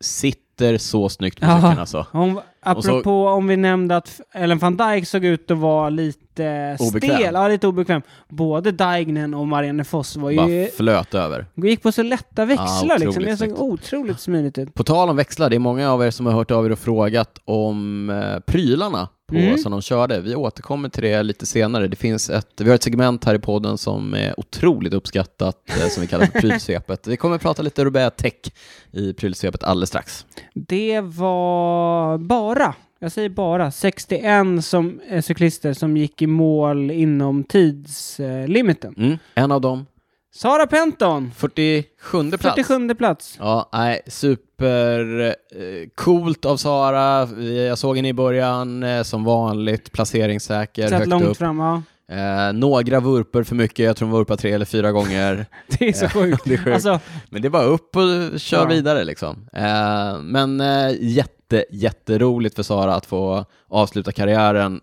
Sitter så snyggt på
Ja.
cykeln alltså.
Hon, apropå om vi nämnde att Ellen van Dijk såg ut att vara lite
Obekväm.
stel, ja, lite obekväm. Både Dagnan och Marianne Foss var
Bara
ju,
flöt över.
gick på så lätta växlar
otroligt
liksom. Det såg
snyggt.
otroligt smidigt ut.
På tal om växlar, det är många av er som har hört av er och frågat om eh, prylarna på,
Mm.
som de körde. Vi återkommer till det lite senare. Det finns ett, vi har ett segment här i podden som är otroligt uppskattat, eh, som vi kallar för prylsvepet. Vi kommer att prata lite Roubaix Tech i prylsvepet alldeles strax.
Det var bara, jag säger bara, 61 som, eh, cyklister som gick i mål inom tidslimiten.
Mm. En av dem,
Sara Penton,
47 plats.
47 plats.
Ja, nej, super eh, coolt av Sara. Vi- Jag såg henne i början, eh, som vanligt, placeringssäker,
Satt
högt
långt
upp.
fram, ja.
Eh, några vurpor för mycket, jag tror hon vurpade tre eller fyra gånger.
Det är så sjukt.
Det är sjukt.
Alltså,
Men det är bara upp och kör
Ja.
vidare liksom. Eh, men eh, jätte, jätteroligt för Sara att få avsluta karriären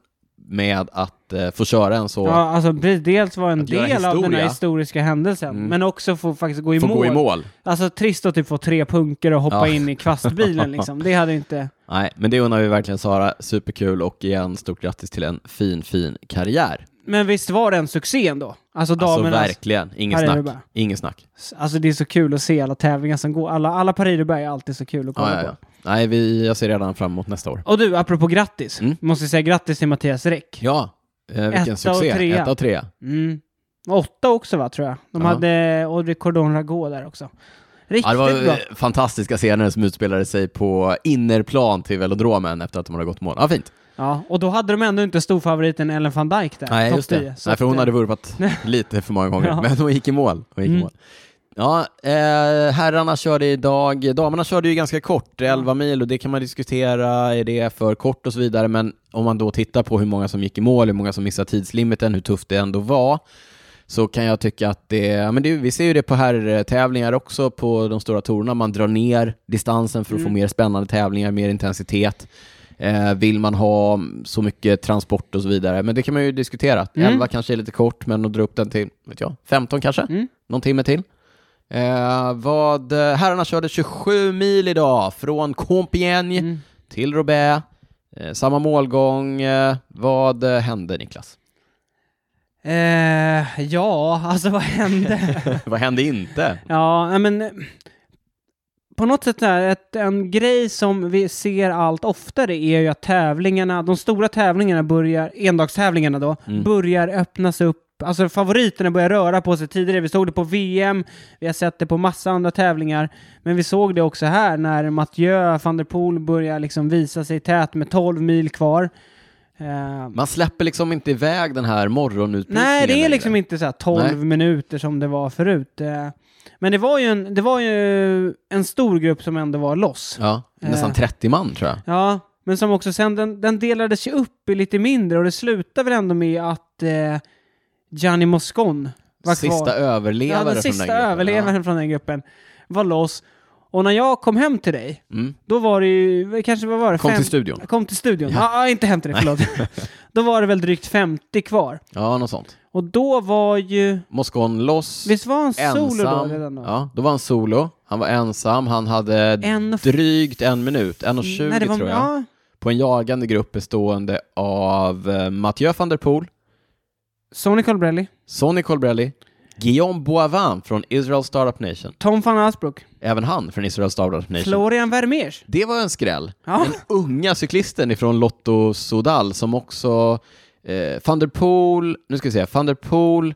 med att eh, få köra en så,
ja, alltså precis, dels var en
Att göra
del av den här
historia.
historiska händelsen,
Mm.
men också få faktiskt gå i,
få
mål.
gå i mål.
Alltså trist att typ få tre punkter och hoppa
Ja.
in i kvastbilen liksom. Det hade inte...
Nej, men det undrar vi verkligen Sara. Superkul och igen, stort grattis till en fin, fin karriär.
Men visst var det en succé ändå? Alltså
Alltså
damernas...
verkligen, inget
Här är det
snack.
bara.
Inget snack.
Alltså det är så kul att se alla tävlingar som går. Alla, alla Paris-Roubaix är alltid så kul att kolla
Ja, ja, ja.
på.
Nej, vi, jag ser redan fram emot nästa år.
Och du, apropå grattis.
Mm.
Måste säga grattis till Mattias Räck.
Ja, eh, vilken
Etta och
succé.
trea.
Etta och trea.
Mm. Åtta också va, tror jag. De
Ja.
hade Audrey Cordon Rago där också. Riktigt
Ja, det var
bra.
eh, fantastiska scener som utspelade sig på innerplan till velodromen efter att de hade gått mål. Ja, fint.
Ja, och då hade de ändå inte storfavoriten Ellen van Dijk där.
Nej,
topp
just det.
10. Så
Nej, för
att,
hon
eh,
hade vurpat lite för många gånger,
Ja.
men hon gick i mål. Hon gick i
Mm.
mål. Ja, eh, herrarna körde idag, damerna körde ju ganska kort, 11 mil, och det kan man diskutera, är det för kort och så vidare, men om man då tittar på hur många som gick i mål, hur många som missade tidslimiten, hur tufft det ändå var, så kan jag tycka att det, ja, men det vi ser ju det på herrtävlingar också, på de stora tourerna, man drar ner distansen för att få
Mm.
mer spännande tävlingar, mer intensitet. Eh, vill man ha så mycket transport och så vidare? Men det kan man ju diskutera.
Mm.
11 kanske är lite kort, men att dra upp den till, vet jag, 15 kanske?
Mm.
Någon timme till? Eh, vad, eh, herrarna körde 27 mil idag från Compiègne
Mm.
till Roubaix. Eh, samma målgång. Eh, vad eh, hände Niklas?
Eh, ja, alltså vad hände?
vad hände inte?
ja, nej, men eh, på något sätt är ett, en grej som vi ser allt oftare är ju att tävlingarna, de stora tävlingarna börjar, endagstävlingarna då,
Mm.
börjar öppnas upp. Alltså favoriterna börjar röra på sig tidigare. Vi såg det på VM, vi har sett det på massa andra tävlingar. Men vi såg det också här när Mathieu van der Poel börjar liksom visa sig tät med 12 mil kvar. Eh,
Man släpper liksom inte iväg den här morgonutbildningen
Nej, det är
längre.
liksom inte så här 12
Nej.
minuter som det var förut. Eh, Men det var ju en, det var ju en stor grupp som ändå var loss.
Ja, nästan
Eh.
30 man tror jag.
Ja, men som också sen, den, den delades ju upp i lite mindre och det slutade väl ändå med att eh, Gianni Moscon var kvar.
Sista överlevare
ja, den
från
sista
den gruppen.
överlevaren från den gruppen var loss. Och när jag kom hem till dig,
Ja. Mm.
då var det ju, kanske vad var det?
Kom
Fem-
till studion.
Kom till studion. Ja, ah, inte hem till dig, förlåt. då var det väl drygt 50 kvar.
Ja, något sånt.
Och då var ju...
Moscon loss.
Visst var han
ensam.
solo då redan då?
Ja, då var han solo. Han var ensam. Han hade
En och f-
drygt en minut, en och tjugo
Nej, det var,
tror jag.
Ja,
På en jagande grupp bestående av eh, Mathieu van der Poel,
Sonny Colbrelli,
Sonny Colbrelli, Guillaume Boivin från Israel Startup Nation,
Tom van Asbrook,
även han från Israel Startup Nation.
Florian Vermeers.
Det var en skräll.
Ja.
Den unga cyklisten ifrån Lotto Sodal som också... Eh, van der Poel, nu ska vi se, van der Poel...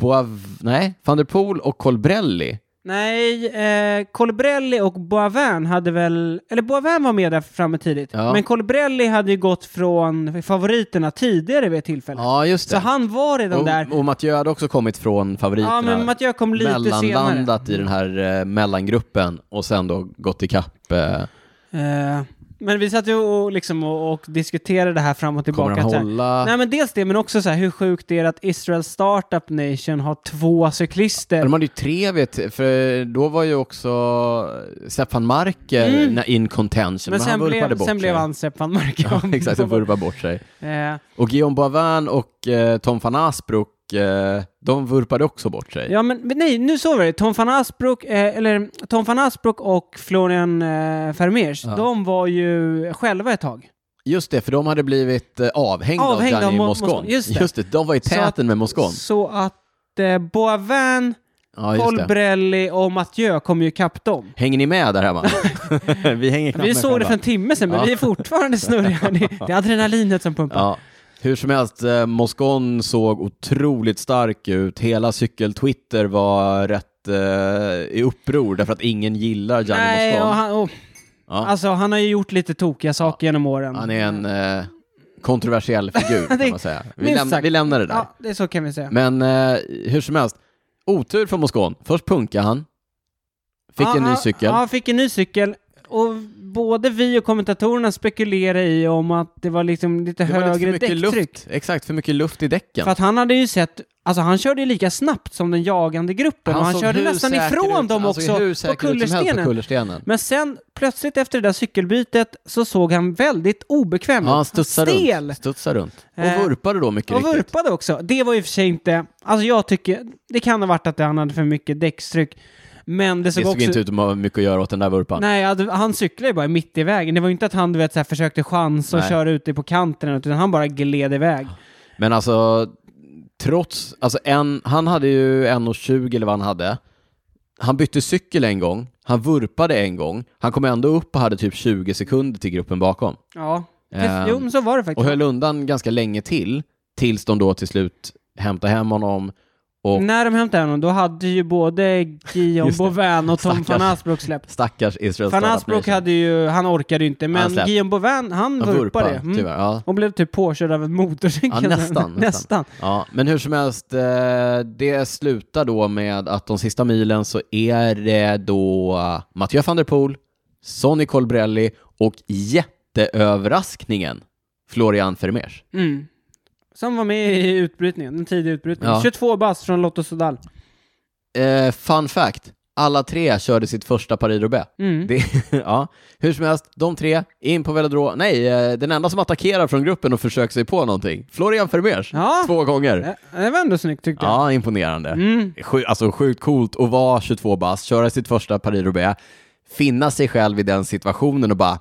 Boav, nej, van der Poel och Colbrelli.
Nej, eh, Colbrelli och Boivin hade väl... Eller Boivin var med där framme tidigt.
Ja.
Men Colbrelli hade ju gått från favoriterna tidigare vid ett tillfälle.
Ja, just
Så
det. Oh,
han var redan där.
och, och Mathieu hade också kommit från favoriterna.
Ja, men Mathieu kom lite senare.
mellanlandat i den här eh, mellangruppen och sen då gått ikapp. Eh,
Eh, men vi satt ju och, liksom, och, och diskuterade det här fram och tillbaka.
kommer han
Så här,
hålla?
Nej men dels det, men också så här, hur sjukt det är att Israel Startup Nation har två cyklister.
De hade ju tre, vet för då var ju också Stefan Marker
Mm.
när in contention, men,
Men sen,
han vurpade
blev,
bort
sen
sig.
blev han Sepp van Marken.
Ja, exakt, han vurpade bort sig.
Eh,
Och Guillaume Boivin och eh, Tom van Asbrook, eh, de vurpade också bort sig.
ja men men nej, nu såg vi det. Tom van Asbrook, eh, eller Tom van Asbrook och Florian eh, Vermeers,
Ja.
de var ju själva ett tag.
Just det, för de hade blivit eh, avhängda av
Avhängda av
Gianni
Mo-
Moscon.
Moscon, just det.
de var i
Så
täten
att-
med Moscon.
Så att eh, Boavin,
Ja, just det.
Colbrelli och Mathieu kom ju ikapp dem.
Hänger ni med där hemma? vi hänger knappt
Vi
med
såg det
själva.
för en timme sedan, men
Ja.
vi är fortfarande snurriga. Det det är adrenalinet som pumpar.
Ja. Hur som helst, eh, Moscon såg otroligt stark ut. Hela cykel-Twitter var rätt eh, i uppror därför att ingen gillar Gianni
Nej, och
Moscon.
han, och,
Ja.
alltså, han har ju gjort lite tokiga saker genom åren.
Han är en eh, kontroversiell figur kan man säga. Vi,
minst
läm-
sagt.
vi lämnar det där.
Ja, det är så kan vi säga.
Men eh, hur som helst, otur för Moscon. Först punkar han, fick
Ja,
en ny
ja,
cykel.
Ja, fick en ny cykel. Och både vi och kommentatorerna spekulerade i om att det var liksom lite
det var lite för
högre
mycket
däcktryck.
luft. Exakt, för mycket luft i däcken.
För att han hade ju sett, alltså han körde ju lika snabbt som den jagande gruppen och han
såg
körde
hur
nästan
säker
ifrån
ut-
dem
han såg
också
hur
på
säker ut som helst
kullerstenen.
På kullerstenen.
Men sen plötsligt efter det där cykelbytet så såg han väldigt obekväm ut.
Ja, han studsar
Stel.
runt. Studsar runt. Och
Eh,
vurpade då mycket
Och
riktigt.
vurpade också. Det var ju för sig inte, alltså jag tycker, det kan ha varit att han hade för mycket däckstryck. Men det
Det
såg,
såg
också...
inte ut att ha mycket att göra åt den där vurpan.
Nej, ja, det- han cyklade ju bara mitt i vägen. Det var ju inte att han du vet, så här, försökte chansa och
Nej.
köra ute på kanten, utan han bara gled iväg.
Men alltså, trots, alltså en, han hade ju 1,20 eller vad han hade. Han bytte cykel en gång, han vurpade en gång, han kom ändå upp och hade typ 20 sekunder till gruppen bakom.
Ja.
Ehm,
jo, men så var det
Och
faktiskt.
höll undan ganska länge till, tills de då till slut hämtade hem honom. och-
När de hämtade honom, då hade ju både Guillaume
Just det.
Bovin och Tom
Stackars.
van Asbrook släppt.
Stackars Israel
Van
Startup
Asbrook
Nation.
hade ju, han orkade ju inte, men
Han släppte.
Guillaume Bovin, han
Han
vurpade.
vurpade,
Mm.
tyvärr. Ja.
Och blev typ påkörd av en motorcykel.
Ja, nästan, nästan.
nästan.
Ja, men hur som helst, eh, det slutar då med att de sista milen så är det då eh, Mathieu van der Poel, Sonny Colbrelli och jätteöverraskningen Florian Vermeers.
Mm. Som var med i utbrytningen, den tidiga utbrytningen.
Ja.
22 bast från Lotto Sodal.
Eh, fun fact, alla tre körde sitt första Paris-Roubaix.
Mm.
Det, ja, hur som helst, de tre, in på Velodro. Nej, eh, den enda som attackerar från gruppen och försöker sig på någonting, Florian Vermeers,
Ja.
två gånger.
Eh, Det var ändå snyggt tyckte jag.
Ja, imponerande.
Mm.
Sju, alltså sjukt coolt att vara 22 bast, köra sitt första Paris-Roubaix, finna sig själv i den situationen och bara, ah,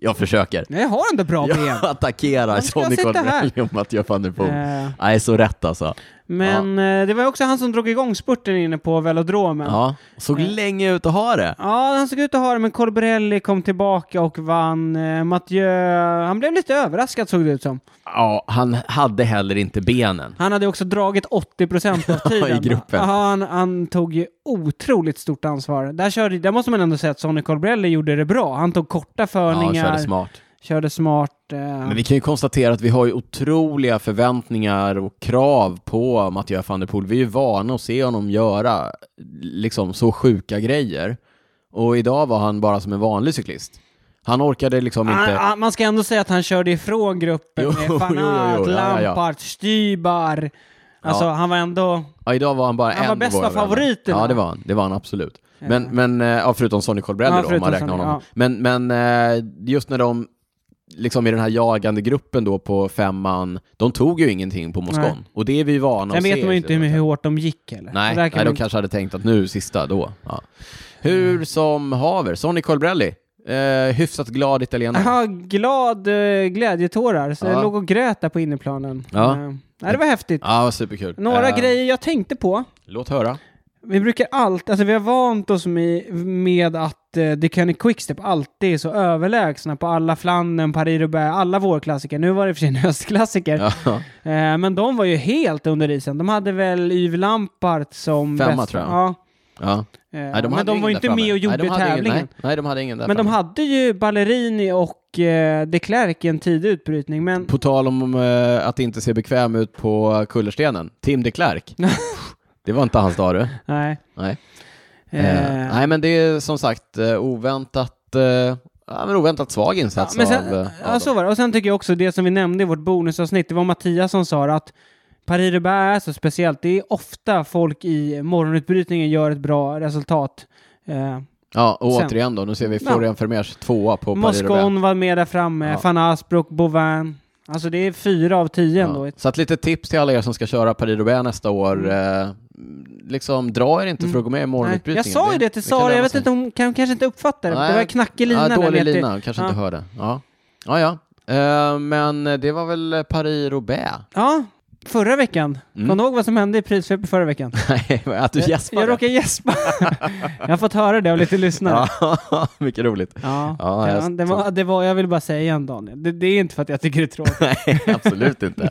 jag försöker.
Nej, Jag har ändå bra ben.
Jag attackerar
Varför ska jag
Johnny
sitta
Cornelli och Mattias van der Poel.
Eh.
Nej, så rätt alltså.
Men eh, det var ju också han som drog igång spurten inne på velodromen. Ja.
Ja, såg
Eh.
länge ut att ha det.
han såg ut att ha det, men Corbrelli kom tillbaka och vann. Eh, Mathieu, han blev lite överraskad såg det ut som.
Ja, han hade heller inte benen.
Han hade också dragit 80% av tiden.
I gruppen.
Ja, han, han tog ju otroligt stort ansvar. Där, körde, där måste man ändå säga att Sonny Colbrelli gjorde det bra. Han tog korta
Ja, han
förningar,
körde
körde,
smart.
smart. eh.
Men vi kan ju konstatera att vi har ju otroliga förväntningar och krav på Mattias van der Poel. Vi är ju vana att se honom göra liksom så sjuka grejer. Och idag var han bara som en vanlig cyklist. Han orkade liksom
han,
inte...
han, Ah, man ska ändå säga att han körde ifrån gruppen
Jo,
med
jo,
Fanat,
jo, jo, ja, ja, ja.
Lampard, Stybar. Alltså, han var ändå...
Ja, idag var han bara
Han
en
var bäst
av våra
av
vänner.
favoriterna.
Ja, det var han. Det var han absolut. Men, men eh, ja, förutom Sonny Colbrelli
Ja,
då, om
förutom
man räknar
Sonny,
honom. Men, men eh, just när de, liksom i den här jagande gruppen då på femman, de tog ju ingenting på
Nej.
Moscon. Och det är vi vana
Sen
att se.
vet man ju inte hur, hur hårt de gick eller?
Nej,
Det där
nej
kan
de
man-
kanske hade tänkt att nu, sista, då. Ja.
Mm.
Hur som haver, Sonny Colbrelli. Eh, hyfsat glad italienare.
Aha, glad eh, glädjetårar. Så
Ja.
jag låg och grät där på innerplanen.
Ja.
Eh, nej, det var häftigt.
Ja, superkul.
Några
Eh,
grejer jag tänkte på.
Låt höra.
Vi brukar alltid, alltså vi har vant oss med, med att eh, The Kenny Quickstep alltid är så överlägsna på alla Flannen, Paris roubaix alla vårklassiker. Nu var det i och för sig en höstklassiker.
Ja.
Eh, men de var ju helt under isen. De hade väl Yves Lampart som
Femma,
bäst.
tror jag.
Ja.
Ja.
Eh,
Nej, de hade
men de
ingen
var ju
där
inte
framme.
med och gjorde
nej, de hade ingen-
tävlingen.
nej, nej, de hade ingen där
Men de
framme.
hade ju Ballerini och eh, De Klerk i en tidig utbrytning, men
På tal om eh, att inte se bekväm ut på kullerstenen, Tim de Klerk. det var inte hans dag du.
nej.
Nej.
Eh,
Eh, nej, men det är som sagt eh, oväntat, eh, ja, men oväntat svag
ja,
insats
men sen, alltså,
av, eh,
ja,
av
så var det. Och sen tycker jag också det som vi nämnde i vårt bonusavsnitt, det var Mattias som sa det, att Paris roubaix är så speciellt. Det är ofta folk i morgonutbrytningen gör ett bra resultat. Eh,
Ja, och
Sen.
återigen då, nu ser vi
Ja.
Florian Vermeers tvåa på Paris-Roubaix.
Moscon var med där framme,
Ja.
Van Asbrook, Bovin. Alltså det är fyra av tio ändå.
Ja. Så att lite tips till alla er som ska köra Paris-Roubaix nästa år. Eh, liksom, dra er inte för att gå med i
Mm. Nej,
morgonutbrytningen.
jag sa ju det till
kan
Sara,
löna
jag vet
sig.
inte, hon kan, kanske inte uppfattade det.
Nej,
Det var knackig lina.
ja,
där
dålig
vet jag.
lina, hon kanske inte
Ja.
hörde. Ja, ja. ja. Eh, men det var väl eh, Paris-Roubaix?
Ja, förra veckan. Kommer du ihåg vad som hände i prissvepet förra veckan?
Nej, att du Mm. gäspade.
Jag råkade gäspa. jag har fått höra det av lite lyssnare.
Ja, mycket roligt.
Ja.
Ja,
Ja,
jag-
det, var, det var, jag vill bara säga igen Daniel, det, det är inte för att jag tycker det är tråkigt.
Nej, absolut inte.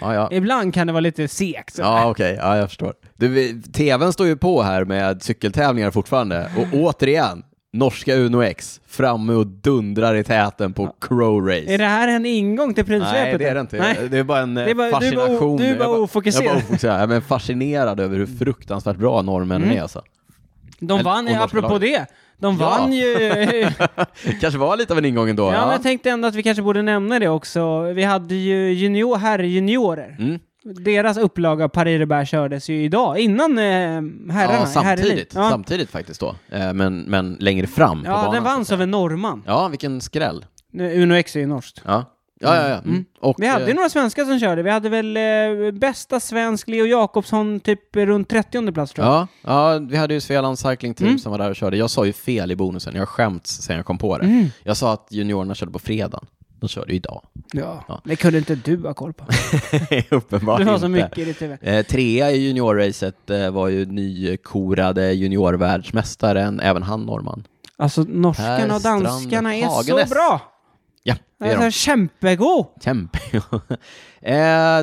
Ja, ja.
Ibland kan det vara lite segt. så.
Ja, okej. Ja, jag förstår. Du, vi- TVn står ju på här med cykeltävlingar fortfarande.
Mm.
Och återigen, norska Uno X framme och dundrar i täten på Crow Race.
Är det här en ingång till prissvepet?
Nej, det är det inte.
Nej.
Det är bara en
är bara- du är bara o-
fascination.
du är
Jag
bara
Jag är
ofokuserad. Mm.
bara ofokuserad. Jag är fascinerad över hur fruktansvärt bra norrmännen är. Alltså.
De vann ju,
och norska
apropå
laget.
det, de
Ja.
vann ju...
Det kanske var lite av en ingång ändå.
ja, men jag tänkte ändå att vi kanske borde nämna det också. Vi hade ju junior, herrjuniorer.
Mm.
Deras upplaga av Paris roubaix kördes ju idag, innan eh, herrarna.
ja, samtidigt,
herrelit. Ja.
samtidigt faktiskt då. Eh, Men, men längre fram på
Ja,
banan.
den vanns av en norrman.
Ja, vilken skräll.
Nu, Uno X är ju norskt.
Ja, ja, ja. ja. Mm. Och,
Vi hade ju
eh,
några svenskar som körde. Vi hade väl eh, bästa svensk Leo Jakobsson typ runt 30 plats tror jag.
Ja, ja, vi hade ju Svealand Cycling Team som var där och körde. Jag sa ju fel i bonusen, jag har skämts sen jag kom på det. Jag sa att juniorerna körde på fredagen. De körde ju idag.
Ja.
Ja.
Det kunde inte du ha koll på.
Uppenbart
Du har
inte.
så mycket i ditt huvud.
Eh, trea i juniorracet eh, var ju nykorade juniorvärldsmästaren, även han norrman.
Alltså norskarna och
Strand
danskarna är så
Hagenes.
bra!
Ja, det är
Alltså,
de.
kämpego!
Tempe. eh, eh,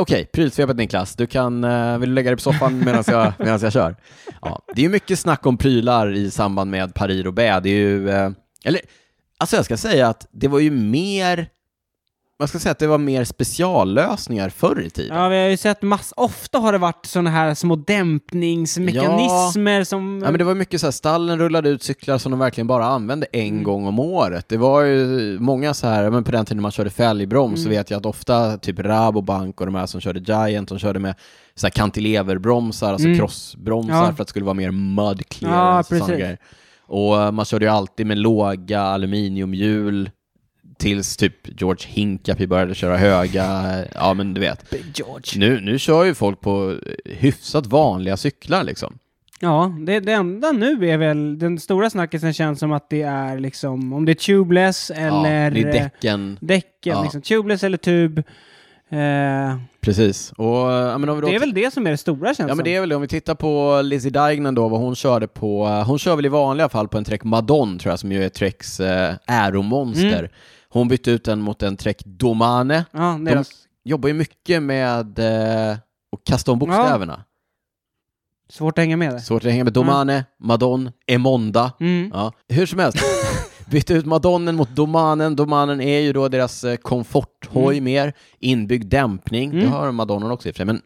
Okej, prylsvepet Niklas. Du kan, eh, vill du lägga dig på soffan medan jag, medans jag kör? Ja, det är ju mycket snack om prylar i samband med Paris och Det är ju, eh, eller, alltså jag ska säga att det var ju mer man ska säga att det var mer speciallösningar förr i tiden.
Ja, vi har ju sett mass... Ofta har det varit sådana här små dämpningsmekanismer som...
Ja, men det var mycket så här, stallen rullade ut cyklar som de verkligen bara använde en
Mm.
gång om året. Det var ju många så här, men på den tiden man körde fälgbroms
Mm.
så vet jag att ofta typ Rabobank och de här som körde Giant, de körde med så här kantileverbromsar, alltså
Mm.
crossbromsar
Ja.
för att det skulle vara mer mud
Ja,
clearance och sådana
precis.
grejer. Och eh, man körde ju alltid med låga aluminiumhjul tills typ George Hincapie började köra höga, eh, ja men du vet.
George.
Nu, nu kör ju folk på hyfsat vanliga cyklar liksom.
Ja, det, det enda nu är väl... Den stora snackisen känns som att det är liksom... Om det är tubeless eller...
ja, det är
eh,
däcken.
Däcken,
Ja.
liksom. Tubeless eller tub. Eh,
Precis. Och, ja, men om vi då
det är väl det som är det stora känns
Ja men det är väl det. om vi tittar på Lizzie Deignan då, vad hon körde på, eh, hon kör väl i vanliga fall på en Trek Madon tror jag, som ju är Treks eh, äromonster.
Mm.
Hon bytte ut den mot en Trek Domane.
som. Ja, alltså deras.
Jobbar ju mycket med eh, att kasta om bokstäverna.
Svårt att hänga med där.
Svårt att hänga med Domane, Madon, Emonda.
Mm.
Ja, hur som helst. Bytte ut Madonnen mot Domanen. Domanen är ju då deras eh, komforthoj mer. Inbyggd dämpning. Det
Mm.
har Madonnan också i och för sig. Men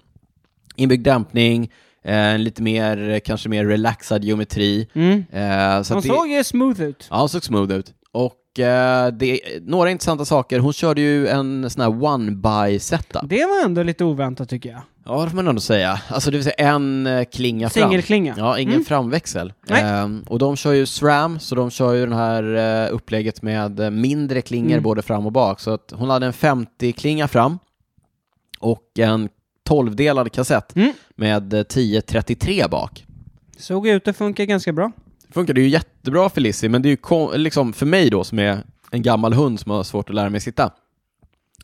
inbyggd dämpning, eh, en lite mer, eh, kanske mer relaxad geometri.
Mm.
Eh, så
De
att det,
såg ju smooth ut.
Ja, hon såg smooth ut. Och eh, det, några intressanta saker. Hon körde ju en sån här one-by-setup.
Det var ändå lite oväntat tycker jag.
Ja, det får man ändå säga. Alltså det vill säga en eh, klinga fram.
Singelklinga.
Ja, ingen
Mm.
framväxel.
Nej.
Ehm, och de kör ju SRAM, så de kör ju det här eh, upplägget med eh, mindre klingor
Mm.
både fram och bak. Så att hon hade en 50-klinga fram och en 12-delad kassett
Mm.
med eh, 10-33 bak.
Såg ut att funka ganska bra.
Det funkade ju jättebra för Lizzie, men det är ju kon- liksom, för mig då som är en gammal hund som har svårt att lära mig sitta,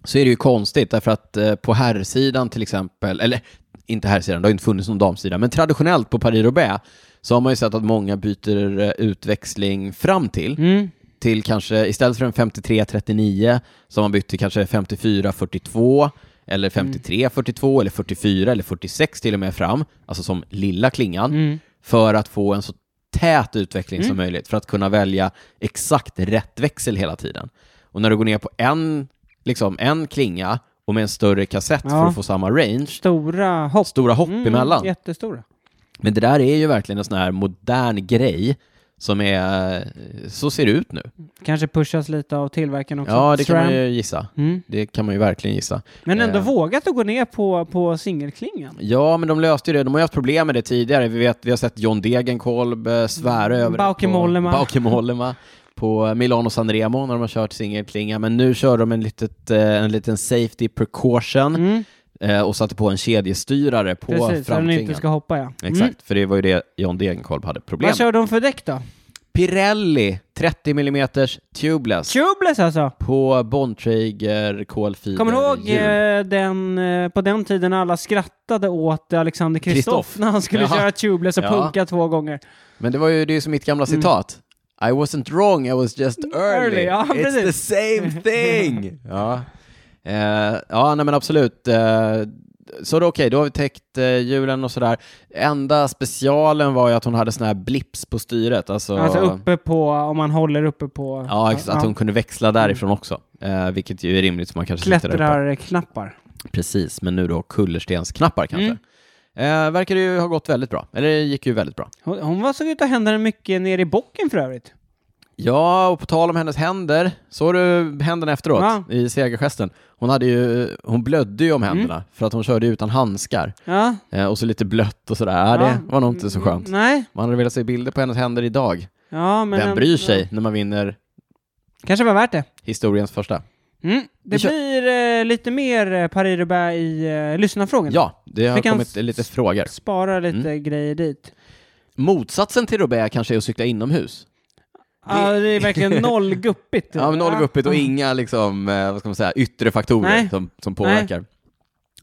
så är det ju konstigt därför att eh, på herrsidan till exempel, eller inte herrsidan, det har ju inte funnits någon damsida, men traditionellt på Paris Roubaix så har man ju sett att många byter eh, utväxling fram till,
Mm.
till kanske istället för en 53-39 så har man bytt till kanske 54-42 eller 53-42 eller 44 eller 46 till och med fram, alltså som lilla klingan
Mm.
för att få en så tät utveckling som
Mm.
möjligt, för att kunna välja exakt rätt växel hela tiden. Och när du går ner på en, liksom, en klinga och med en större kassett
Ja.
för att få samma range,
Stora hopp. Mm.
stora hopp emellan.
Jättestora.
Men det där är ju verkligen en sån här modern grej som är, eh, så ser det ut nu.
Kanske pushas lite av tillverkaren också.
Ja, det kan
SRAM.
man ju gissa.
Mm.
Det kan man ju verkligen gissa.
Men ändå
Eh.
vågat att gå ner på, på singelklingan.
Ja, men de löste ju det. De har ju haft problem med det tidigare. Vi, vet, vi har sett John Degenkolb eh, svära över
Bauke
det på-
Mollema.
Bauke Mollema på Milano Sanremo när de har kört singelklinga. Men nu kör de en, litet, eh, en liten safety precaution
Mm.
eh, och satte på en kedjestyrare på
Precis, så den
framklingan.
inte ska hoppa ja. Mm.
Exakt, för det var ju det John Degenkolb hade problem
Vad kör de för däck då?
Pirelli 30 mm tubeless
Tubeless alltså!
på Bontrager kolfiber.
Kommer du ihåg
hjul.
eh, den, eh, på den tiden alla skrattade åt Alexander Kristoff
Kristoff.
när han skulle
Jaha.
köra tubeless och
Ja.
punka två gånger?
Men det var ju det är ju som mitt gamla citat. I wasn't wrong, I was just early.
Mm. Early, ja,
It's
precis.
the same thing. ja, Eh, ja nej, men absolut. Eh, så då, okej, då har vi täckt eh, julen och sådär. Enda specialen var ju att hon hade sån här blips på styret. Alltså,
Alltså uppe på, om man håller uppe på...
Ja, ex- att hon kunde växla därifrån också. Eh, vilket ju är rimligt, så man kanske sitter där uppe.
Klättrar knappar.
Precis, men nu då kullerstensknappar kanske.
Mm.
Eh, verkar det ju ha gått väldigt bra. Eller det gick ju väldigt bra.
Hon, hon var såg ut att hända mycket nere i bocken för övrigt.
Ja, och på tal om hennes händer, såg du händerna efteråt
Ja. Mm.
i segergesten? Hon, hade ju, hon blödde ju om händerna för att hon körde utan handskar
Ja.
eh, och så lite blött och sådär. Äh,
ja.
Det var nog inte så skönt.
Nej.
Man hade velat se bilder på hennes händer idag.
Ja, men...
Vem
en-
bryr sig när man vinner
Kanske var värt det.
historiens första?
Mm.
Vi
Det
kör-
blir eh, lite mer eh, Paris Roubaix i eh, lyssnarfrågan.
Ja, Mm. det har
Vi kan
kommit lite frågor.
Spara lite grejer dit.
Motsatsen till Roubaix kanske är att cykla inomhus.
Ja, det är verkligen noll guppigt.
Ja, men noll guppigt och inga liksom, eh, vad ska man säga, yttre faktorer
Nej.
som, som påverkar.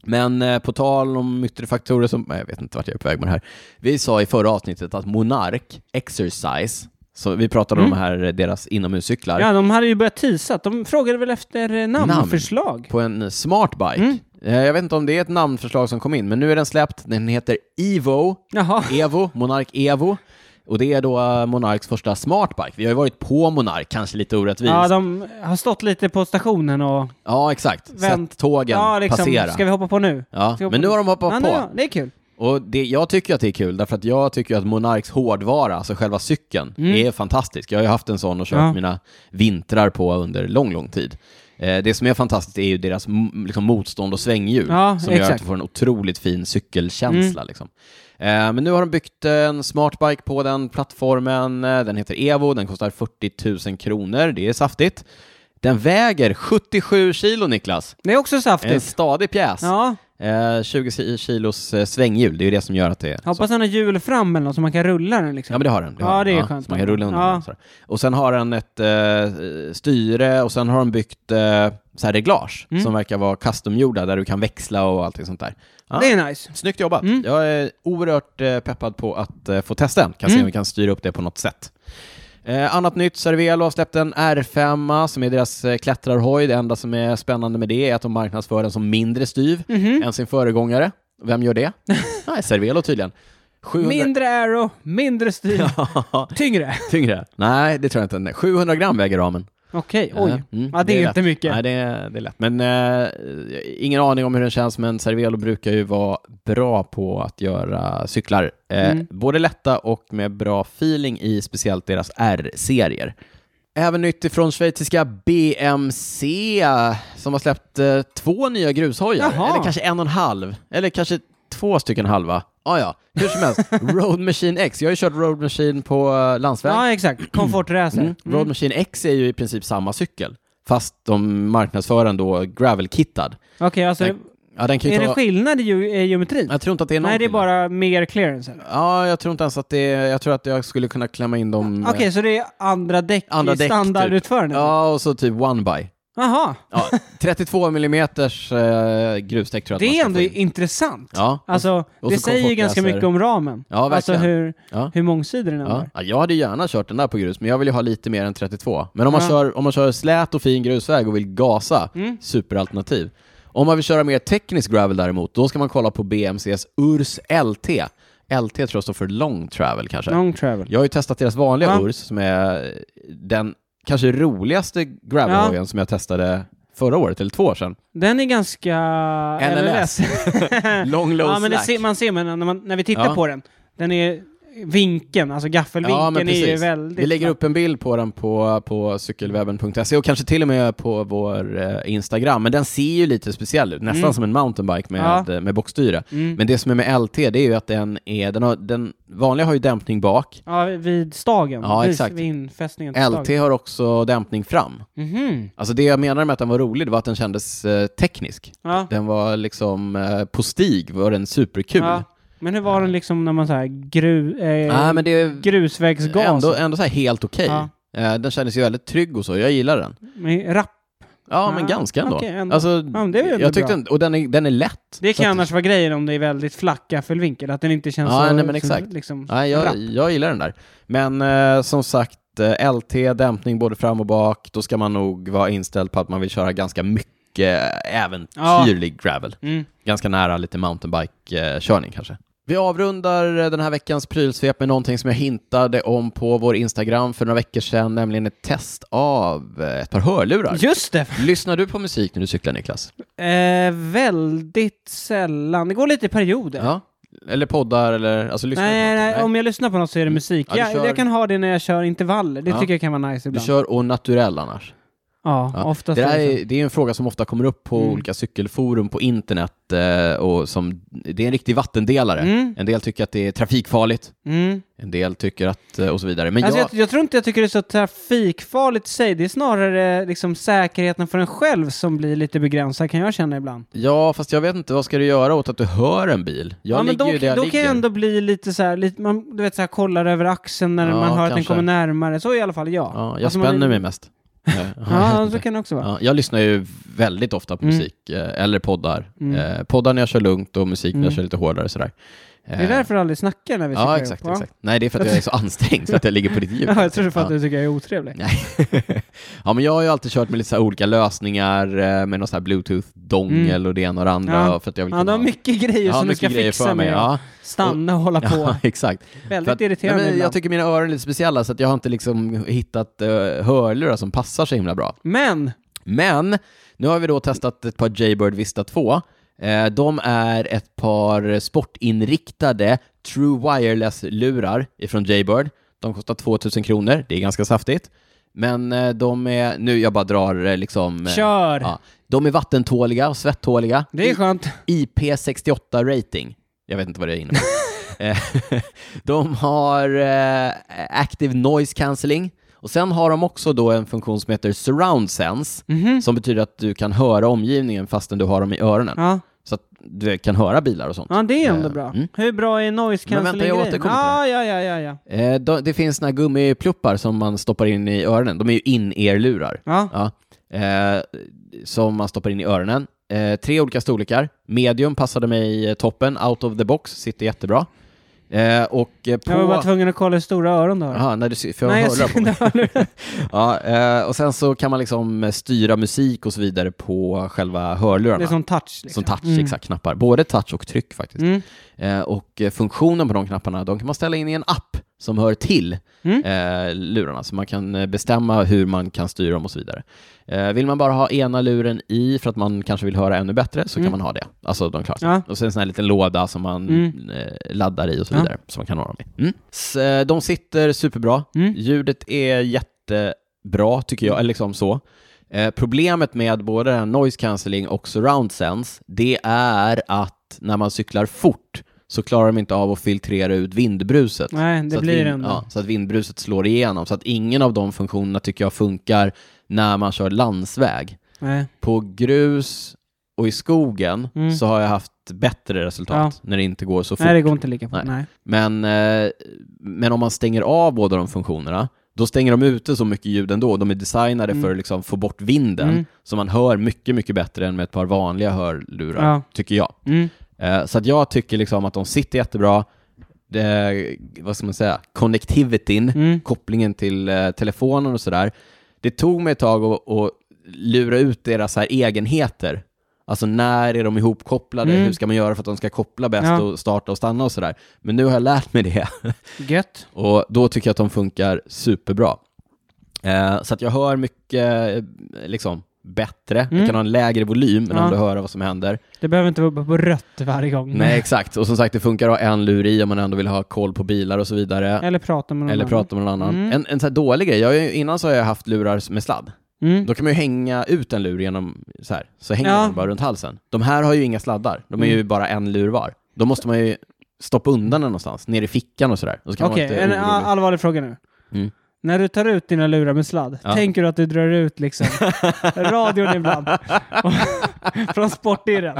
Men eh, på tal om yttre faktorer, som, nej, jag vet inte vart jag är på väg med det här. Vi sa i förra avsnittet att Monark Exercise, så vi pratade om de här, eh, deras inomhuscyklar,
Mm. Ja, de hade ju börjat tisa. De frågade väl efter eh, namnförslag.
på en smart bike.
Mm.
Eh, Jag vet inte om det är ett namnförslag som kom in, men nu är den släppt. Den heter Evo,
Jaha.
Evo, Monark Evo. Och det är då eh, Monarks första smartbike. Vi har ju varit på Monark, kanske lite orättvist.
Ja,
Ja,
de har stått lite på stationen och...
exakt.
Vänt.
Sett tågen
ja, liksom,
passera.
ska vi hoppa på nu?
Ja,
Ska vi
men nu har de hoppat
ja,
på.
Ja, det är kul.
Och det, jag tycker att det är kul, därför att jag tycker att Monarks hårdvara, alltså själva cykeln, är fantastisk. Jag har ju haft en sån och kört
Mm. Ja.
mina vintrar på under lång, lång tid. Eh, det som är fantastiskt är ju deras m- liksom, motstånd och svängdjur,
Ja,
som gör att
exakt. Mm.
du får en otroligt fin cykelkänsla. Liksom. Eh, men nu har de byggt eh, en smartbike på den plattformen. Eh, Den heter Evo, den kostar 40 000 kronor, det är saftigt. Den väger 77 kilo, Niklas.
Det är också
En
saftigt.
stadig pjäs.
Ja,
Eh, 20 ki- kilos eh, svänghjul, det är ju det som gör att det är så.
hoppas han har hjul fram eller något så man kan rulla den liksom.
Ja men det har den.
Ja,
har den.
det är skönt.
Så man kan rulla undan
Ja.
den. sådär. Och sen har den ett eh, styre och sen har de byggt eh, så här reglage
Mm.
som verkar vara customgjorda där du kan växla och allting sånt där. Ja.
Det är nice.
Snyggt jobbat.
Mm.
Jag är oerhört eh, peppad på att eh, få testa den. Kan se om
Mm.
vi kan styra upp det på något sätt. Eh, annat nytt, Cervelo har släppt en R5 som är deras eh, klättrarhoj. Det enda som är spännande med det är att de marknadsför den som mindre styv
Mhm.
än sin föregångare. Vem gör det? Nej, Cervelo tydligen. 700...
Mindre aero, mindre styr, tyngre.
Tyngre? Nej, det tror jag inte. Nej, 700 gram väger ramen.
Okej, oj.
Ja, mm,
Ja, det är inte
lätt.
mycket.
Nej, det är, det är lätt. Men eh, ingen aning om hur den känns, men Cervelo brukar ju vara bra på att göra cyklar. Eh,
Mm.
Både lätta och med bra feeling i speciellt deras R-serier. Även nytt ifrån schweiziska BMC som har släppt eh, två nya grushojar.
Jaha.
Eller kanske en och en halv. Eller kanske två stycken halva. Ah, ja, hur som helst. Road Machine X. Jag har ju kört Road Machine på eh, landsväg.
Ja, exakt. Komfortracer.
Mm. Road Machine X är ju i princip samma cykel, fast de marknadsför den då gravel-kittad.
Okej, alltså,
Nej, Ja, den kan ju
är det
ta...
skillnad i ge- i geometrin?
Jag tror inte att det är någon
Nej, det är
skillnad.
bara mer clearance. eller?
Ja, jag tror inte ens att det är... Jag tror att jag skulle kunna klämma in dem...
Okej, så det är andra däck
Mm. Andra
i
däck, typ.
standardutförandet?
Ja, och så typ one-by.
Jaha,
Ja, 32 millimeters eh, grusdäck tror jag att man
det
ska
är ändå
få in.
intressant.
Ja,
Alltså,
och
det
så
säger ju ganska
komfortläsare.
mycket om ramen.
Ja,
alltså
verkligen.
hur,
Ja.
hur mångsidig den
Ja.
är.
Ja, jag hade gärna kört den där på grus, men jag vill ju ha lite mer än 32. Men om man,
Ja. Mm.
kör, om man kör slät och fin grusväg och vill gasa, superalternativ. Om man vill köra mer teknisk gravel däremot, då ska man kolla på BMCs URS LT. LT tror jag står för long travel kanske.
Long travel.
Jag har ju testat deras vanliga
Ja.
URS, som är den kanske roligaste gravelhojen som jag testade förra året, eller två år sedan.
Den är ganska...
LLS. Long low
ja, men det
slack.
ser, man ser men när, man, när vi tittar
Ja.
på den. Den är vinkeln, alltså gaffelvinkeln
Ja, men
är ju
precis.
väldigt...
Vi lägger upp en bild på den på, på cykelwebben.se och kanske till och med på vår eh, Instagram. Men den ser ju lite speciell ut, nästan
Mm.
som en mountainbike med, med bockstyre.
Mm.
Men det som är med LT, det är ju att den är, den, har, den vanliga har ju dämpning bak.
Ja, vid stagen.
Ja,
Vid-
exakt.
Vid infästningen till
LT
stagen.
har också dämpning fram.
Mhm.
Alltså det jag menar med att den var rolig, det var att den kändes eh, teknisk.
Ja.
Den var liksom, eh, på stig var den superkul.
Ja. Men hur var den liksom när man så här gru, eh,
Nej, men det är
grusvägsgas?
ändå, ändå så här helt okej.
Ja.
Eh, den kändes ju väldigt trygg och så, jag gillar den.
Men Rapp.
Ja,
Ja,
men ganska ändå.
Ah, okej, ändå.
Alltså,
Mm. men det är ju ändå
jag tyckte
bra.
inte- och den är, den är lätt.
Det
Så
kan
att-
annars vara grejen om det är väldigt flack gaffelvinkel, att den inte känns
Ja,
så...
nej, men
så
exakt.
Liksom,
Nej, jag,
rapp.
jag gillar den där. Men eh, som sagt, eh, LT, dämpning både fram och bak, då ska man nog vara inställd på att man vill köra ganska mycket äventyrlig gravel.
Mm.
Ganska nära lite mountainbike-körning kanske. Vi avrundar eh, den här veckans prylsvep med någonting som jag hintade om på vår Instagram för några veckor sedan, nämligen ett test av eh, ett par hörlurar.
Just det!
Lyssnar du på musik när du cyklar, Niklas?
Eh, väldigt sällan. Det går lite i perioder.
Ja. Eller poddar eller, alltså lyssnar du på
Nej,
någonting?
nej, om jag lyssnar på något så är det musik.
Mm. Ja, du
jag,
kör-
jag kan ha det när jag kör intervaller. Det
Ja.
tycker jag kan vara
Du
nice ibland.
kör och naturell annars?
Ja,
Ja.
oftast
Det, där
är det så.
är, det är en fråga som ofta kommer upp på
Mm.
olika cykelforum på internet eh, och som, det är en riktig vattendelare.
Mm.
En del tycker att det är trafikfarligt,
Mm.
en del tycker att, eh, och så vidare. Men
Alltså
jag,
jag, jag tror inte jag tycker det är så trafikfarligt i sig. Det är snarare liksom säkerheten för en själv som blir lite begränsad kan jag känna ibland.
ja, fast jag vet inte, vad ska du göra åt att du hör en bil? Jag
ja, men
ligger
då,
ju där jag
då
ligger.
kan jag ändå bli lite så här, lite, man, du vet så här, kollar över axeln när
Ja,
man hör att den
kanske.
kommer närmare. Så i alla fall jag.
ja, jag
Alltså, man
spänner
är-
mig mest. Eh,
Ja, så kan det också vara.
Ja, jag lyssnar ju väldigt ofta på
Mm.
musik, eh, eller poddar.
Mm.
Eh, poddar när jag kör lugnt och musik när jag
Mm.
kör lite hårdare sådär.
Det är därför du aldrig snackar när vi cyklar
Ja,
ihop,
exakt,
va?
exakt. Nej, det är för att jag är så ansträngd så att jag ligger på ditt djup.
Ja, jag tror för att
Ja.
du tycker jag är otrevlig.
ja, men jag har ju alltid kört med lite så här olika lösningar eh, med någon sån här bluetooth-dongel och det ena och det andra.
Mm. Ja.
För att jag vill
Ja, du har
kunna-
mycket grejer
Ja,
som du
mycket
ska
grejer
fixa
för mig.
med.
Ja,
Stanna och hålla på.
ja exakt. För
Väldigt
att-
irriterande
nej, men
ibland.
Jag tycker mina öron är lite speciella så att jag har inte liksom hittat eh, hörlurar som passar så himla bra.
Men,
Men nu har vi då testat ett par Jaybird Vista 2. Eh, de är ett par sportinriktade True Wireless-lurar ifrån Jaybird. De kostar 2000 kronor, det är ganska saftigt. Men eh, de är, nu jag bara drar eh, liksom... eh,
kör!
Ja, de är vattentåliga och svettåliga.
Det är skönt.
IP68-rating. Jag vet inte vad det är innebär. Eh, de har eh, Active Noise Cancelling. Och sen har de också då en funktion som heter Surround Sense,
Mhm.
som betyder att du kan höra omgivningen fastän du har dem i öronen.
Ja.
Så att du kan höra bilar och sånt.
ja, det är ändå
Eh,
bra.
mm.
Hur bra är noise
Men vänta, jag
cancelling
återkommer till
ja, ja, ja, ja, ja.
Eh, de, det finns såna här gummipluppar som man stoppar in i öronen. De är ju in-ear-lurar.
ja.
Ja. Eh, som man stoppar in i öronen. Eh, tre olika storlekar. Medium passade mig eh, toppen, out of the box, sitter jättebra. Eh, och eh, på...
Jag var bara tvungen att kolla hur stora öron du har.
Jaha, när du, sy- för jag
Nej, jag
hörlurar på mig.
ser inte
Ja, eh, och sen så kan man liksom eh, styra musik och så vidare på själva hörlurarna.
Det är som touch. Liksom.
Som touch,
Mm.
exakt, knappar. Både touch och tryck faktiskt.
Mm.
Eh, och eh, funktionen på de knapparna, de kan man ställa in i en app som hör till
Mm.
eh, lurarna. Så man kan eh, bestämma hur man kan styra dem och så vidare. Eh, vill man bara ha ena luren i för att man kanske vill höra ännu bättre så
Mm.
kan man ha det. Alltså de klarar sig.
Ja.
Och sen en sån här liten låda som man
Mm.
eh, laddar i och så
Ja.
vidare. Som man kan ha dem i. Mm. Så, eh, de sitter superbra.
Mm.
Ljudet är jättebra tycker jag, eller liksom så. Eh, problemet med både den här noise cancelling och surround sense, det är att när man cyklar fort så klarar de inte av att filtrera ut vindbruset.
Nej, det
så,
blir
att
det ändå.
ja, så att vindbruset slår igenom. Så att ingen av de funktionerna tycker jag funkar när man kör landsväg.
Nej.
På grus och i skogen
Mm.
så har jag haft bättre resultat när det inte går så fort.
Nej, det går inte lika fort.
Nej.
Nej.
Men, eh, men om man stänger av båda de funktionerna, då stänger de ute så mycket ljud ändå. De är designade
Mm.
för att liksom få bort vinden,
Mm.
så man hör mycket, mycket bättre än med ett par vanliga hörlurar,
Ja.
tycker jag.
Mm.
Eh, så att jag tycker liksom att de sitter jättebra. Det, vad ska man säga? Connectivityn,
Mm.
kopplingen till eh, telefonen och sådär. Det tog mig ett tag att, att lura ut deras här egenheter. Alltså när är de ihopkopplade?
Mm.
Hur ska man göra för att de ska koppla bäst
Ja.
och starta och stanna och sådär? Men nu har jag lärt mig det
Gött.
och då tycker jag att de funkar superbra. Eh, så att jag hör mycket eh, liksom, bättre.
Mm.
Jag kan ha en lägre volym men
Ja. Mm.
ändå höra vad som händer.
Det behöver inte vara på rött varje gång.
Nej, exakt. Och som sagt, det funkar att ha en lur i om man ändå vill ha koll på bilar och så vidare.
Eller prata med någon
Eller
annan.
prata med någon annan.
Mm.
En, en så här dålig grej, jag, har ju- innan så har jag haft lurar med sladd.
Mm.
Då kan man ju hänga ut en lur genom så här, så hänger
Ja.
den bara runt halsen. De här har ju inga sladdar, de är ju
Mm.
bara en lur var. Då måste man ju stoppa undan den någonstans, ner i fickan och sådär. Och så kan man
Okej,
vara lite
en
orolig.
all- allvarlig fråga nu.
Mm.
När du tar ut dina lurar med sladd,
Ja.
tänker du att du drar ut liksom radion ibland? Från sportirren.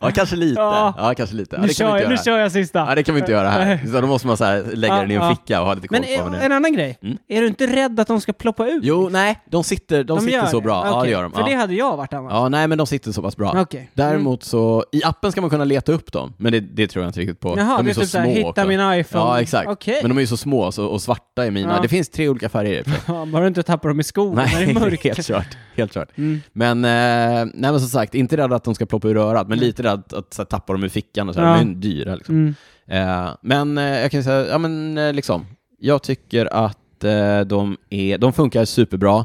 Ja, kanske lite.
Ja.
Ja, kanske lite. Ja,
nu,
det kan vi
kör
inte
jag, nu
göra här.
kör jag sista.
Ja, det kan vi inte göra här.
Nej.
Så då måste man så här, lägga
Ja,
den i en
ja.
ficka och ha lite koll
Men
på vad man
är,
är.
en annan grej.
Mm.
Är du inte rädd att de ska ploppa ut?
Jo, nej, de sitter, de sitter
gör
så
det.
bra. Ja, det
Okej,
gör de.
För det
Ja.
hade jag varit annars.
ja, nej, men de sitter så pass bra.
Okej. Mm.
Däremot så, i appen ska man kunna leta upp dem, men det, det tror jag inte riktigt på.
Mm. Jaha,
de
det
är
är
så
typ
små
såhär, hitta
också.
min iPhone.
Ja, exakt.
Okej.
Men de är ju så små så, och svarta är mina.
Ja.
Det finns tre olika färger. i det.
Ja, bara du inte tappar dem i skogen när det är
Nej,
mörkt.
helt kört. Helt kört.
Mm.
Men, eh, nej men som sagt, inte rädd att de ska ploppa ur örat, men lite rädd att, att så här, tappa dem ur fickan och så.
Mm. Ja.
här. De är ju dyra liksom.
Mm.
Eh, men eh, jag kan ju säga, ja men eh, liksom, jag tycker att eh, de, är, de funkar superbra.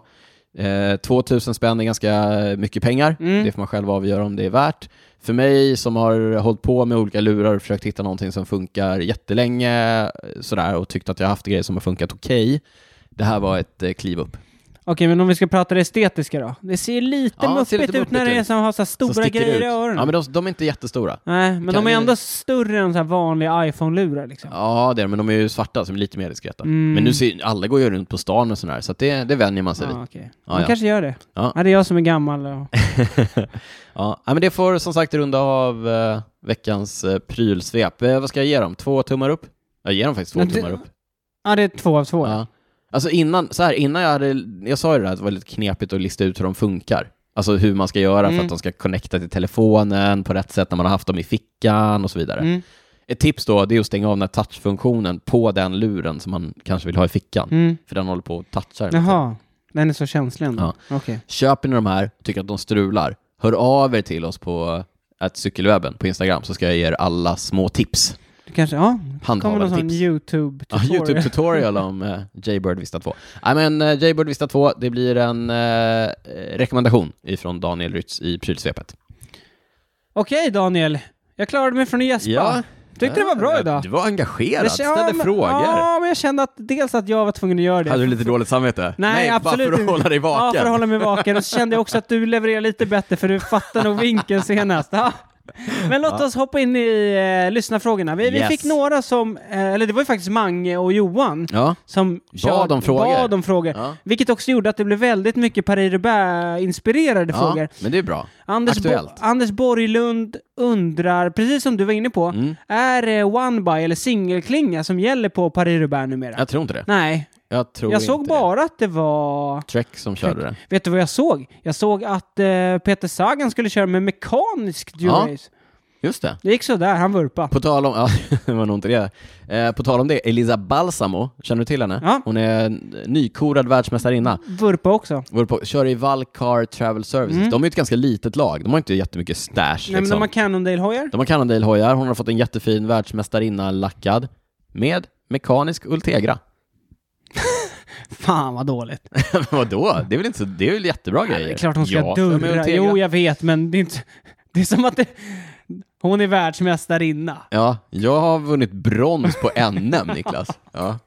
Eh, 2000 spänn är ganska mycket pengar,
Mm.
det får man själv avgöra om det är värt. För mig som har hållit på med olika lurar och försökt hitta någonting som funkar jättelänge eh, sådär, och tyckt att jag haft grejer som har funkat okej, det här var ett eh, kliv upp.
Okej, men om vi ska prata det estetiska då. Det ser lite
Ja, det
muppigt
ser lite
ut när
muppigt
det är
ut.
som har så här
Som
stora
sticker
grejer
ut.
i öronen.
Ja, men de, de är inte jättestora.
Nej, men
Kan
de är
ju-
ändå större än så här vanliga iPhone-lurar liksom.
Ja, det är de, men de är ju svarta, så de är lite mer diskreta.
Mm.
Men nu ser alla går ju runt på stan och sådär, så att det, det vänjer man sig vid.
Ja, Ah, okej.
Ja,
Man
ja.
kanske gör det.
Ja.
Ja, det är jag som är gammal. Och...
Ja, ja, men det får som sagt runda av eh, veckans eh, prylsvep. Eh, vad ska jag ge dem? Två tummar upp? Jag ger dem faktiskt två
Men du-
tummar upp.
Ja, det är två av två.
Ja. Alltså innan, så här, innan jag hade, jag sa ju det där att det var lite knepigt att lista ut hur de funkar. Alltså hur man ska göra
Mm.
för att de ska connecta till telefonen på rätt sätt när man har haft dem i fickan och så vidare.
Mm.
Ett tips då, det är att stänga av den här touchfunktionen på den luren som man kanske vill ha i fickan.
Mm.
För den håller på att toucha den.
Jaha, den är så känslig ändå. Okej.
Köper ni de här, tycker att de strular, hör av er till oss på eh, att cykelwebben på Instagram så ska jag ge er alla små tips.
Det kanske, ja, kommer någon
Handhavade
sån
tips. Ja,
YouTube-tutorial.
Youtube-tutorial om eh, Jaybird Vista 2. Nej men eh, Jaybird Vista 2, det blir en eh, rekommendation ifrån Daniel Rytz i prylsvepet.
Okej Daniel, jag klarade mig från att gäspa.
Ja. Eh,
Tyckte det var bra idag.
Du var engagerad,
Jag kände- ja,
ställde
men-
frågor.
Ja, men jag kände att dels att jag var tvungen att göra det.
Hade du lite dåligt samvete?
Nej, absolut
bara för att
inte.
hålla dig
Ja,
vaken.
för att hålla mig vaken. Och så kände jag också att du levererar lite bättre för du fattar nog vinkeln senast. Ja. Men låt oss hoppa in i eh, lyssnarfrågorna. Vi, vi
Yes.
fick några som, eh, eller det var ju faktiskt Mange och Johan
Ja.
som
Bad om frågor.
bad om frågor.
Ja.
Vilket också gjorde att det blev väldigt mycket Paris inspirerade
ja,
frågor.
men det är bra.
Anders, Bo-
Aktuellt.
Anders Borglund undrar, precis som du var inne på,
Mm.
är det one by eller singelklinga som gäller på Paris numera?
Jag tror inte det.
Nej,
Jag tror
jag
inte
såg
det.
bara att det var...
Trek som körde det.
Vet du vad jag såg? Jag såg att eh, Peter Sagan skulle köra med mekanisk
Ja.
durace.
Just det.
Det gick sådär, han vurpa.
På tal om, ja, det var nog inte det. Eh, på tal om det, Elisa Balsamo, känner du till henne?
Ja.
Hon är en nykorad världsmästarinna.
Vurpa också.
Vore på, kör i Valcar Travel Services. De är ju ett ganska litet lag, de har inte jättemycket stash.
Mm. Nej men
liksom.
de har Cannondale-hojar.
De har Cannondale-hojar, hon har fått en jättefin världsmästarinna lackad med mekanisk Ultegra.
Fan vad dåligt.
Men Vadå? Det är väl, inte så, det är väl jättebra
Ja,
grejer?
det är klart hon ska
Ja, men
dörra.
Ultegra-
Jo jag vet men det är inte... Det är som att det... Hon är världsmästarinna.
Ja, jag har vunnit brons på NM, Niklas. Ja, ja.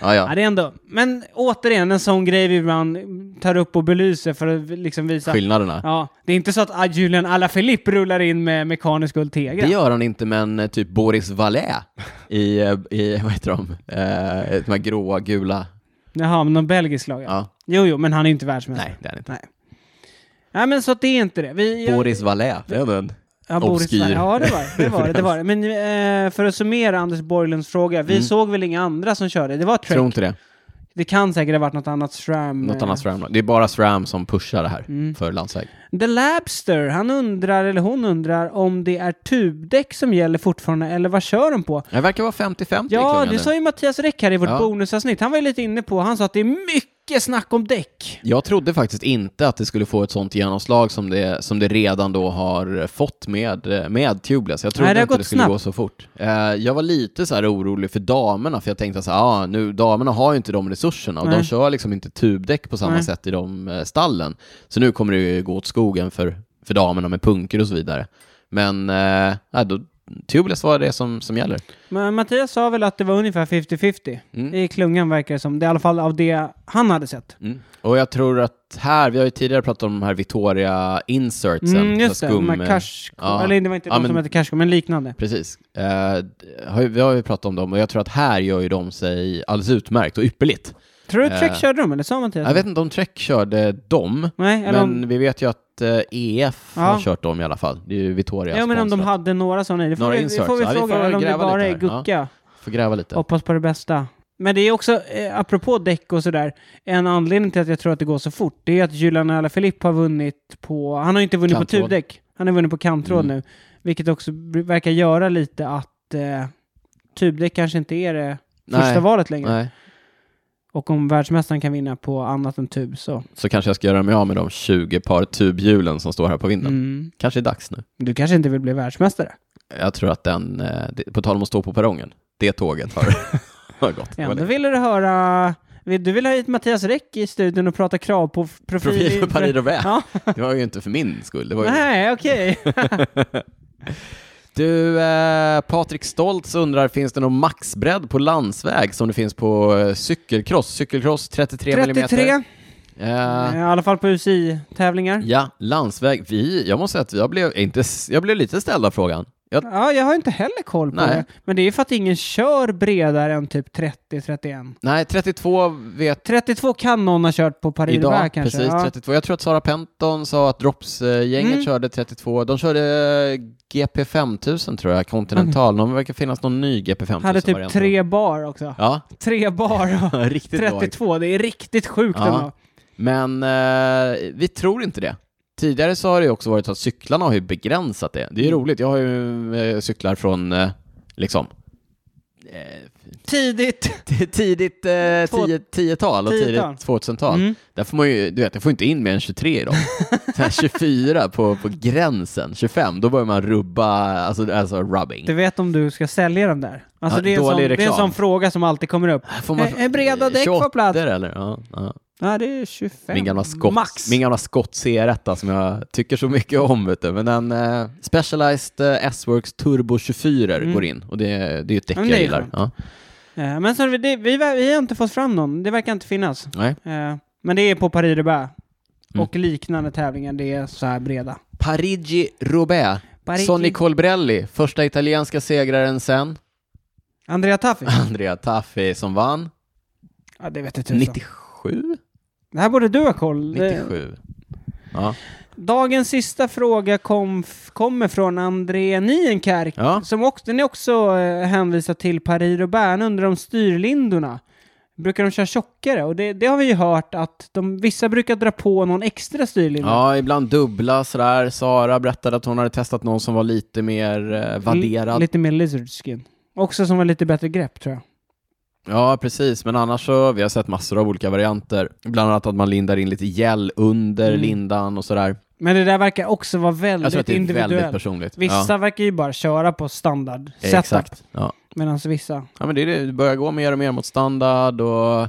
Ja,
ja.
det är ändå. Men återigen en sån grej vi ibland tar upp och belyser för att liksom visa.
Skillnaderna.
Ja, det är inte så att ah, Julian Alaphilippe rullar in med mekanisk Ultegra.
Det gör han inte, men eh, typ Boris Valais i, eh, i vad heter de, eh, de här gråa, gula.
Jaha, men någon belgisk lag. Ja.
Ja.
Jo, jo, men han är inte världsmästare.
Nej, det är han inte.
Nej. Nej, men så att det är inte det. Vi, jag-
Boris Valais, det är den.
ja, Boris
obskyr.
Valais. Ja, det var det. Var, det, det var det. Men eh, för att summera Anders Borglunds fråga.
Mm.
Vi såg väl inga andra som körde. Det var Trek.
Tror inte det.
Det kan säkert ha varit något annat SRAM.
Något
eh.
annat SRAM. Det är bara SRAM som pushar det här
Mm.
för landsväg.
The Labster, han undrar, eller hon undrar, om det är tubdäck som gäller fortfarande, eller vad kör de på?
Det verkar vara 50-50 i
Ja,
klungan
det
nu.
sa ju Mattias Räck här i vårt
Ja.
bonusavsnitt. Han var ju lite inne på, han sa att det är mycket snack om däck.
Jag trodde faktiskt inte att det skulle få ett sånt genomslag som det, som det redan då har fått med, med Tubeless. Jag trodde
Nej, det har
inte
gått
det skulle
snabbt.
gå så fort. Eh, jag var lite så här orolig för damerna, för jag tänkte så här, ah, nu damerna har ju inte de resurserna och de
Nej.
kör liksom inte tubdäck på samma
Nej.
sätt i de eh, stallen. Så nu kommer det ju gå åt skogen för, för damerna med punker och så vidare. Men eh, nej, då, Tubeless var det som, som gäller.
Men Mattias sa väl att det var ungefär 50-50
Mm.
i klungan verkar det som. Det är i alla fall av det han hade sett.
Mm. Och jag tror att här, vi har ju tidigare pratat om de här Vittoria-insertsen.
Mm, just
så
det,
här skum-
de här Kashko,
ja.
eller det var inte
Ja,
de
men-
som hette Kashko, men liknande.
Precis. Eh, har ju- vi har ju pratat om dem och jag tror att här gör ju de sig alldeles utmärkt och ypperligt.
Tror du Trek
Eh,
körde dem, eller sa Mattias?
Jag vet inte om Trek körde dem,
Nej, eller om...
men vi vet ju att eh, EF har
Ja.
kört dem i alla fall. Det är ju Vittoria
Ja, men om de
sponsrat.
hade några sådana i. Det får
Några
vi, det
inserts,
får vi
ja, vi
fråga,
får
eller om det
gräva
bara
lite
är
här. Ja.
Gucka.
Får gräva lite.
Hoppas på det bästa. Men det är också, eh, apropå däck och sådär, en anledning till att jag tror att det går så fort, det är att Julian Alaphilippe har vunnit på, han har inte vunnit
Kanttråd.
på tubdäck, han har vunnit på kanttråd
Mm.
nu. Vilket också b- verkar göra lite att eh, tubdäck kanske inte är det
Nej.
första valet längre.
Nej.
Och om världsmästaren kan vinna på annat än tub så.
Så kanske jag ska göra mig av med de 20 par tubhjulen som står här på vinden.
Mm.
Kanske är dags nu.
Du kanske inte vill bli världsmästare?
Jag tror att den, eh, det- på tal om att stå på perrongen, det tåget har, har gått. Det var
Ändå
det.
ville du höra... vill- Du ville ha hit Mattias Räck i studion och prata krav på f- profil...
Profil för
inför-
Paris Roubaix.
Ja.
Det var ju inte för min skull. Det var ju
Nej, okej.
Du, eh, Patrik Stoltz undrar, finns det någon maxbredd på landsväg som det finns på eh, cykelcross? Cykelcross 33,
33.
millimeter. Eh,
I alla fall på UCI-tävlingar.
ja, landsväg. Vi, jag måste säga att jag blev, inte, s- jag blev lite ställd av frågan. Jag,
Ja, jag har inte heller koll på
Nej.
det. Men det är ju för att ingen kör bredare än typ 30-31.
nej, 32 vet
32 kan någon ha kört på Paris
idag.
Roubaix kanske.
precis,
ja.
32. Jag tror att Sara Penton sa att Drops-gänget
Mm.
körde 32. De körde eh, GP5000 tror jag, Continental. Det verkar finnas någon ny GP5000.
Mm. Hade typ
variant.
tre bar också.
Ja,
Tre bar och
riktigt lågt.
32. Det är riktigt sjukt
Ja.
ändå.
Men eh, vi tror inte det. Tidigare
Mm.
så har det ju också varit att cyklarna har ju begränsat det. Det är ju roligt. Jag har ju eh, cyklar från eh, liksom. Eh,
Tidigt!
t- tidigt eh,
Mm, Två-
tio, tiotal och tidigt
Tiotal. Mm.
2000-tal. Där får man ju, du vet, jag får inte in mer än 23 i dem. Så här 24 på, på gränsen, 25, då börjar man rubba, alltså, alltså rubbing.
Du vet om du ska sälja dem där? Alltså
Ja,
det, är en sån,
dålig
det är en
reklam.
sån fråga som alltid kommer upp.
Får man-
Är- är Eh, breda däck på
28
plats?
Eller? Ja, ja.
Ja, det är 25.
Min gamla skott,
Max.
Min gamla skott C1 som jag tycker så mycket om. Vet du. Men den eh, Specialized eh, S-Works Turbo 24
Mm.
går in och det, det är ju ett däck
Ja, men
jag
det är
gillar.
skönt.
Ja.
Eh, Men så, är det- det, vi, vi har inte fått fram någon. Det verkar inte finnas.
Nej.
Eh, Men det är på Paris roubaix
Mm.
Och liknande tävlingar, det är så här breda.
Parigi Roubaix,
Parigi-
Sonny Colbrelli, första italienska segraren sen.
Andrea Taffi?
Andrea Taffi som vann.
Ja, det vet jag tusan.
97?
Det här borde du ha koll. Det-
97. Ja.
Dagens sista fråga kom, f- kommer från André Nienkerk.
Ja.
Som också, den är också eh, hänvisad till Paris och Bern under de styrlindorna. Brukar de köra tjockare? Och det, det har vi ju hört att de, vissa brukar dra på någon extra styrlinda.
ja, ibland dubbla sådär. Sara berättade att hon hade testat någon som var lite mer eh,
L-
vadderad.
lite mer lizard skin. Också som var lite bättre grepp tror jag.
Ja, precis. Men annars så, vi har sett massor av olika varianter. Bland annat att man lindar in lite gel under
Mm.
lindan och sådär.
Men det där verkar också vara
Jag tror att
väldigt
det är väldigt
individuellt.
personligt.
Vissa
ja,
verkar ju bara köra på standard
eh,
setup.
Exakt. Ja.
Medan vissa...
ja, men det är det. Det börjar gå mer och mer mot standard och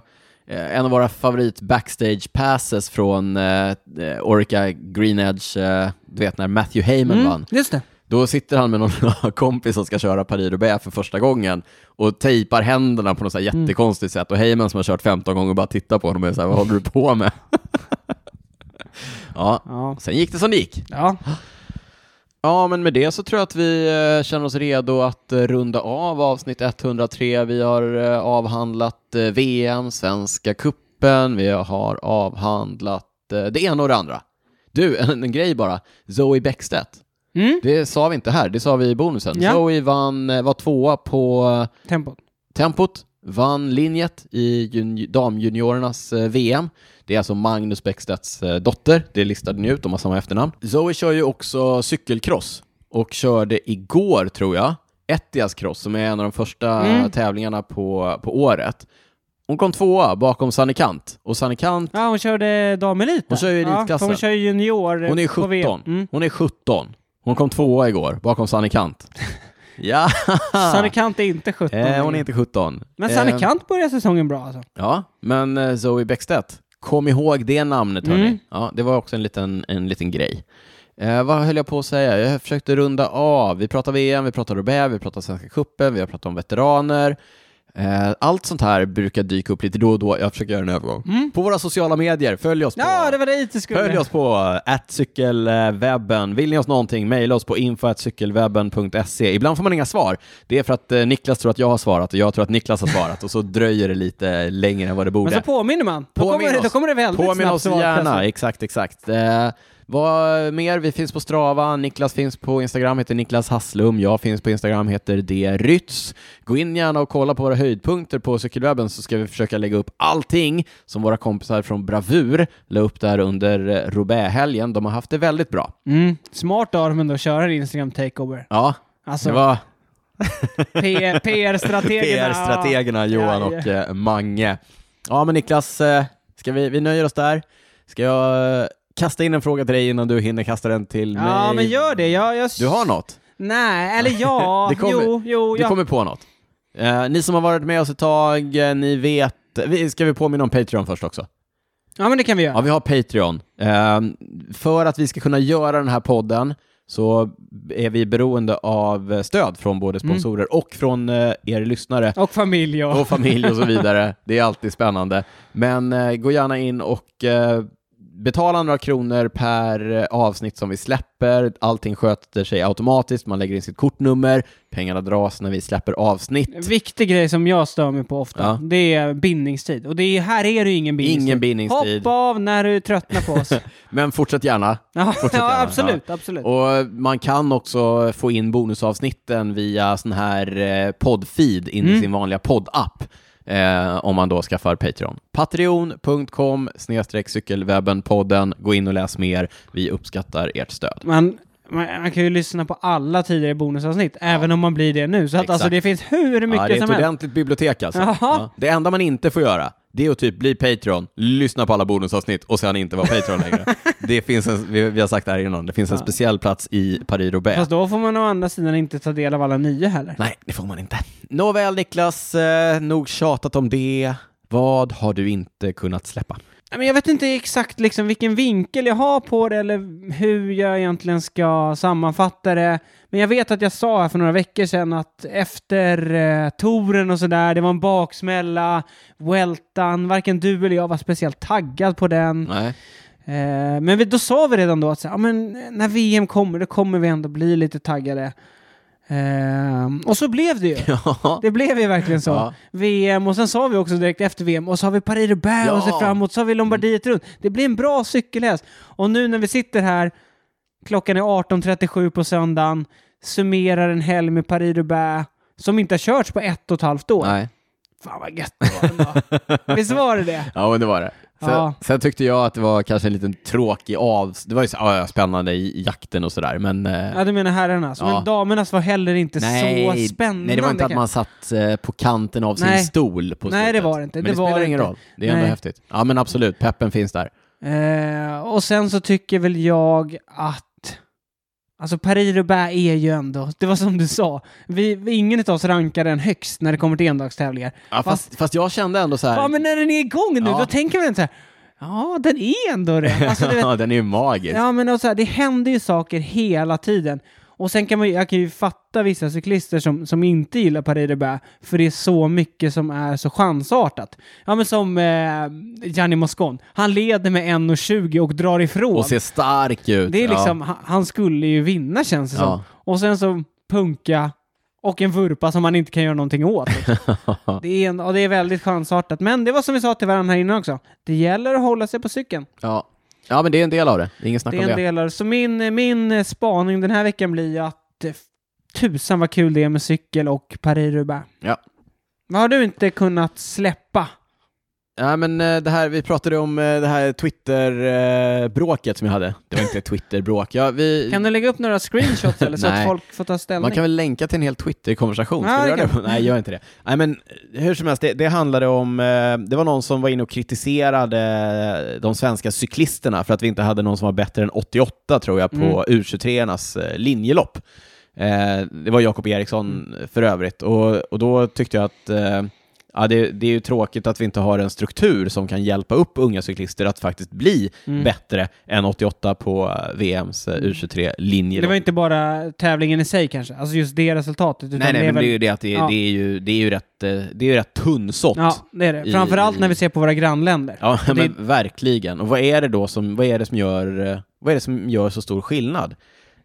eh, en av våra favorit backstage passes från eh, eh, Orica Green Edge, eh, du vet när Matthew Heyman
Mm.
vann.
just det.
Då sitter han med någon kompis som ska köra Paris roubaix för första gången och tejpar händerna på något så här jättekonstigt sätt och Heyman som har kört 15 gånger bara tittar på honom och är så här, vad håller du på med? ja,
Ja.
sen gick det som det gick.
ja.
Ja, men med det så tror jag att vi eh, känner oss redo att eh, runda av avsnitt 103. Vi har eh, avhandlat eh, VM, Svenska Kuppen, vi har avhandlat eh, det ena och det andra. Du, en, en grej bara. Zoe Bäckstedt.
Mm.
Det sa vi inte här, det sa vi i bonusen.
Ja.
Zoe vann, eh, var tvåa på eh,
Tempot.
tempot, vann linjet i jun- damjuniorernas eh, VM. Det är alltså Magnus Bäckstedts eh, dotter, det listade ni ut, de har samma efternamn. Zoe kör ju också cykelcross och körde igår, tror jag, Ettias cross som är en av de första
Mm.
eh, tävlingarna på, på året. Hon kom tvåa bakom Sanne Kant och Sanne Kant,
Ja, hon körde damelit.
Hon kör ju
Ja, för
elitklassen.
hon kör ju junior. eh,
hon är
på VM.
17.
Mm.
Hon är 17. Hon kom tvåa igår bakom Sanne Kant. Ja!
Sanne Kant är inte 17.
Ah. Eh, hon
längre.
är inte 17.
Men Sanne
Eh,
Kant börjar säsongen bra alltså.
Ja, men eh, Zoe Bäckstedt. Kom ihåg det namnet hörni.
Mm.
Ja, det var också en liten, en liten grej. Eh, vad höll jag på att säga? Jag försökte runda av. Vi pratar VM, vi pratar Roubaix, vi pratar Svenska Cupen, vi har pratat om veteraner. Eh, allt sånt här brukar dyka upp lite då och då. Jag försöker göra en övergång. På våra sociala medier, följ oss på
Mm. Ja, det var dit det
Följ
skulle.
oss på cykelwebben. Vill ni oss någonting, mejla oss på info.cykelwebben.se. Ibland får man inga svar. Det är för att eh, Niklas tror att jag har svarat och jag tror att Niklas har svarat och så dröjer det lite längre än vad det
Men
borde.
så påminner man. Då,
Påminn
kommer, det- då
oss.
kommer Alltså, det väldigt
Påminn
snabbt
oss
svar
gärna,
plötsligt.
exakt, exakt. Eh, vad mer? Vi finns på Strava, Niklas finns på Instagram, heter Niklas Hasslum, jag finns på Instagram, heter det Rytz. Gå in gärna och kolla på våra höjdpunkter på cykelwebben så ska vi försöka lägga upp allting som våra kompisar från Bravur la upp där under eh, Roubaix-helgen. De har haft det väldigt bra.
Mm. Smart av dem ändå att köra Instagram takeover.
Ja, det
Alltså,
var
P- PR-strategerna.
PR-strategerna Johan och eh, Mange. Ja, men Niklas, eh, ska vi, vi nöjer oss där. Ska jag eh, kasta in en fråga till dig innan du hinner kasta den till mig?
Ja, men gör det. Jag, jag...
Du har något?
Nej, eller Oh, ja.
Det kommer-
jo, jo,
Du
jag
kommer på något? Eh, ni som har varit med oss ett tag, eh, ni vet... Vi, ska vi påminna om Patreon först också?
Ja, men det kan vi göra.
Ja, vi har Patreon. Eh, för att vi ska kunna göra den här podden så är vi beroende av eh, stöd från både sponsorer och från eh, er lyssnare.
Och familj och...
och familj och så vidare. Det är alltid spännande. Men eh, gå gärna in och eh, betala några kronor per eh, avsnitt som vi släpper. Allting sköter sig automatiskt. Man lägger in sitt kortnummer. Pengarna dras när vi släpper avsnitt.
En viktig grej som jag stör mig på ofta,
Ja.
det är bindningstid. Och det är, här är det ju ingen bindningstid.
Ingen bindningstid.
Hoppa av när du tröttnar på oss.
Men fortsätt gärna.
ja,
gärna.
ja, absolut, absolut.
Och man kan också få in bonusavsnitten via sån här eh, poddfeed in i sin vanliga poddapp. Eh, om man då skaffar Patreon. Patreon.com snedstreck cykelwebbenpodden. Gå in och läs mer. Vi uppskattar ert stöd.
Man, man, man kan ju lyssna på alla tidigare bonusavsnitt, även om man blir det nu. Så att, alltså,
Exakt.
det finns hur mycket
Ja, det är ett
som helst.
ordentligt bibliotek alltså.
Jaha.
Ja. Det enda man inte får göra, det är att typ bli Patreon, lyssna på alla bonusavsnitt och sen inte vara Patreon längre. Det finns en, vi, vi har sagt det här innan, det finns en speciell plats i Paris Roubaix.
Fast då får man å andra sidan inte ta del av alla nio heller.
Nej, det får man inte. Nåväl Niklas, eh, nog tjatat om det. Vad har du inte kunnat släppa?
Nej, Men jag vet inte exakt liksom vilken vinkel jag har på det eller hur jag egentligen ska sammanfatta det. Men jag vet att jag sa här för några veckor sedan att efter eh, touren och sådär, det var en baksmälla, vältan, varken du eller jag var speciellt taggad på den.
Nej.
Eh, men vi, då sa vi redan då att så, här, ja, men eh, när VM kommer, då kommer vi ändå bli lite taggade. Eh, och så blev det ju.
Ja.
Det blev ju verkligen så.
Ja.
VM och sen sa vi också direkt efter VM och så har vi Paris Roubaix
Ja.
och så framåt, så har vi Lombardiet runt. Det blir en bra cykelhäst. Och nu när vi sitter här, klockan är 18.37 på söndagen, summerar en helg med Paris Roubaix som inte har körts på ett och ett halvt år.
Nej.
Fan vad gött det var ändå. Visst var det det?
Ja, men det var det. Sen,
Ja.
sen tyckte jag att det var kanske en liten tråkig av... Det var ju så, ja, ja, spännande i i jakten och sådär, men... eh,
Ja, du menar herrarnas.
Ja.
Men damernas var heller inte
nej,
så spännande.
nej, det var inte att
kan-
man satt eh, på kanten av sin
Nej.
stol på
Nej, det
slutet.
var det inte.
Men det,
Det var
spelar
det
ingen
inte.
roll. Det är ändå
Nej.
häftigt. Ja, men absolut. Peppen finns där.
Eh, och sen så tycker väl jag att... Alltså Paris Roubaix är ju ändå, det var som du sa, vi, vi, ingen av oss rankar den högst när det kommer till endagstävlingar.
Ja, fast, fast jag kände ändå så här...
Ja men när den är igång nu,
Ja.
då tänker man inte så här, ja den är ändå det. Alltså, du vet,
ja, den är ju magisk.
ja men och så här, det händer ju saker hela tiden. Och sen kan man ju- jag kan ju fatta vissa cyklister som, som inte gillar Paris Roubaix, för det är så mycket som är så chansartat. Ja men som eh, Gianni Moscon, han leder med 1.20 och drar ifrån.
Och ser stark ut.
Det är
Typ. Ja.
liksom, ha- han skulle ju vinna känns det
Ja.
som. Och sen så punka och en vurpa som man inte kan göra någonting åt. liksom. det, är en, och det är väldigt chansartat. Men det var som vi sa till varandra här innan också. Det gäller att hålla sig på cykeln.
Ja. ja, men det är en del av det. Det är ingen snack
Det
om
är en
det.
del av det. Så min, min eh, spaning den här veckan blir att eh, tusan vad kul det är med cykel och Paris-Roubaix.
Ja.
Vad har du inte kunnat släppa?
Ja, men eh, det här, vi pratade om eh, det här Twitter-bråket som jag hade. Det var inte ett Twitter-bråk. Ja, vi...
Kan du lägga upp några screenshots eller så att
Nej.
folk får ta ställning?
Man kan väl länka till en hel Twitter-konversation?
Ja,
Ska du
det
göra
kan
det? Nej, gör inte det. Nej, men hur som helst, det, det handlade om... eh, Det var någon som var inne och kritiserade de svenska cyklisterna för att vi inte hade någon som var bättre än 88, tror jag, på
Mm.
U23-ernas eh, linjelopp. Eh, Det var Jakob Eriksson
Mm.
för övrigt, och, och då tyckte jag att eh, Ja, det, det är ju tråkigt att vi inte har en struktur som kan hjälpa upp unga cyklister att faktiskt bli
Mm.
bättre än 88 på eh, VMs eh, U23-linjelopp.
Det var inte bara tävlingen i sig kanske, alltså just det resultatet. utan
Nej, nej,
det är
men
väl...
det är ju det att det är,
ja.
det är ju, det är ju rätt, eh, det är ju rätt tunnsått.
Ja, det är det.
i-
Framförallt när vi
i-
ser på våra grannländer.
Ja,
Det-
men verkligen. Och vad är det då som, vad är det som gör, eh, vad är det som gör så stor skillnad?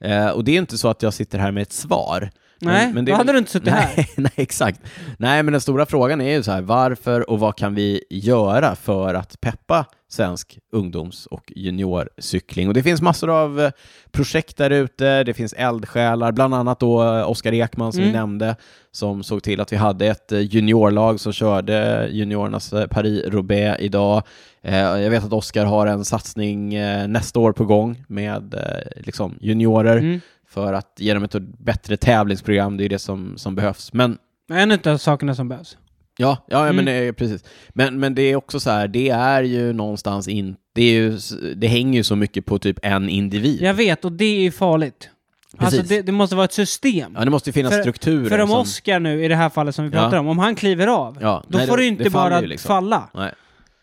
Eh, och det är inte så att jag sitter här med ett svar.
Nej,
det
då
är
hade
väl-
du inte suttit
nej,
här.
Nej, exakt. Nej, men den stora frågan är ju så här, varför och vad kan vi göra för att peppa svensk ungdoms och juniorcykling? Och det finns massor av eh, projekt där ute, det finns eldsjälar, bland annat då eh, Oskar Ekman som vi
Mm.
nämnde, som såg till att vi hade ett eh, juniorlag som körde juniorernas eh, Paris-Roubaix idag. Eh, Jag vet att Oskar har en satsning eh, nästa år på gång med eh, liksom juniorer
Mm.
för att ge dem ett bättre tävlingsprogram, det är det som, som behövs. Men
En av sakerna som behövs.
ja, ja
Mm.
men, eh, precis. Men, men det är också så här, det är ju någonstans inte, det, är ju, s- det hänger ju så mycket på typ en individ.
Jag vet, och det är farligt. Alltså
Precis.
det, det måste vara ett system.
Ja, det måste ju finnas
För-
strukturer.
För om
som-
Oscar nu, i det här fallet som vi
Ja.
pratar om, om han kliver av,
ja,
då
nej,
får det ju inte
faller
bara
ju liksom.
falla.
Nej.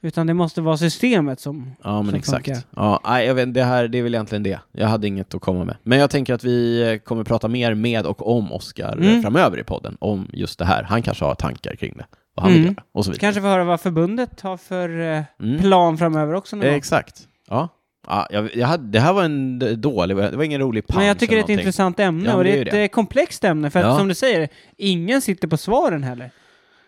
Utan det måste vara systemet som...
Ja, men
som
exakt.
funkar.
Ja, nej, jag vet, det, här, det är väl egentligen det. Jag hade inget att komma med. Men jag tänker att vi eh, kommer prata mer med och om Oscar eh,
Mm.
framöver i podden, om just det här. Han kanske har tankar kring det, vad han vill
Mm.
göra och så vidare.
Kanske få höra vad förbundet har för eh,
Mm.
plan framöver också någon
Eh,
gång.
Exakt. Ja. Ja, jag, jag hade, det här var en d- dålig, det var ingen rolig punch
Men jag tycker det
eller
är ett
någonting.
intressant ämne
Ja,
och
men
det
det är
är
ju
ett
det.
eh, komplext ämne för
Ja.
att som du säger, ingen sitter på svaren heller.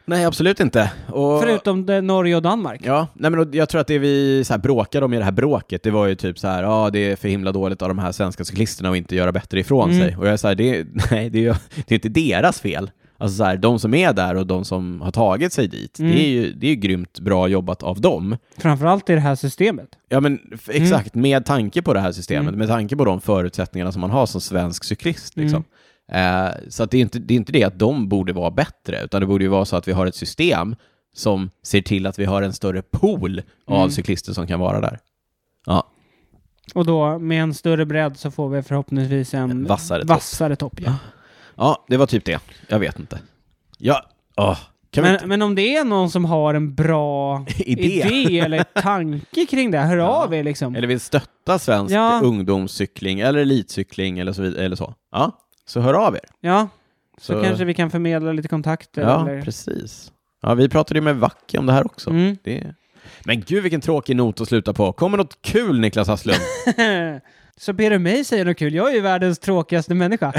Nej, absolut inte. Och,
Förutom det, Norge och Danmark.
Ja, nej men och jag tror att det vi så här bråkade om i det här bråket, det var ju typ så här, ja det är för himla dåligt av de här svenska cyklisterna att inte göra bättre ifrån
Mm.
sig. Och jag är så här, det, nej, det är, ju- det är inte deras fel. Alltså så här, de som är där och de som har tagit sig dit,
Mm.
det är ju det är ju grymt bra jobbat av dem.
Framförallt i det här systemet.
Ja men f-
Mm.
exakt, med tanke på det här systemet, med tanke på de förutsättningarna som man har som svensk cyklist. Liksom.
Mm.
Eh, så att det, är inte, det är inte det att de borde vara bättre, utan det borde ju vara så att vi har ett system som ser till att vi har en större pool
Mm.
av cyklister som kan vara där. Ja,
Och då med en större bredd så får vi förhoppningsvis en,
En vassare topp. Ah,
vassare topp. ja.
ja det var typ det. Jag vet inte. Ja, åh, kan vi
Men, men om det är någon som har en bra
Idé.
idé, eller tanke kring det, hör av er liksom.
Eller vill stötta svensk
Ja.
ungdomscykling eller elitcykling eller så. vid- Eller så. Ja, så hör av er.
Ja, så,
Så-
kanske vi kan förmedla lite kontakter.
Ja,
eller...
precis. Ja, vi pratade ju med Vacke om det här också.
Mm.
Det... Men gud vilken tråkig not att sluta på. Kommer något kul Niklas Hasslund?
Så ber du mig säga något kul? Jag är ju världens tråkigaste människa.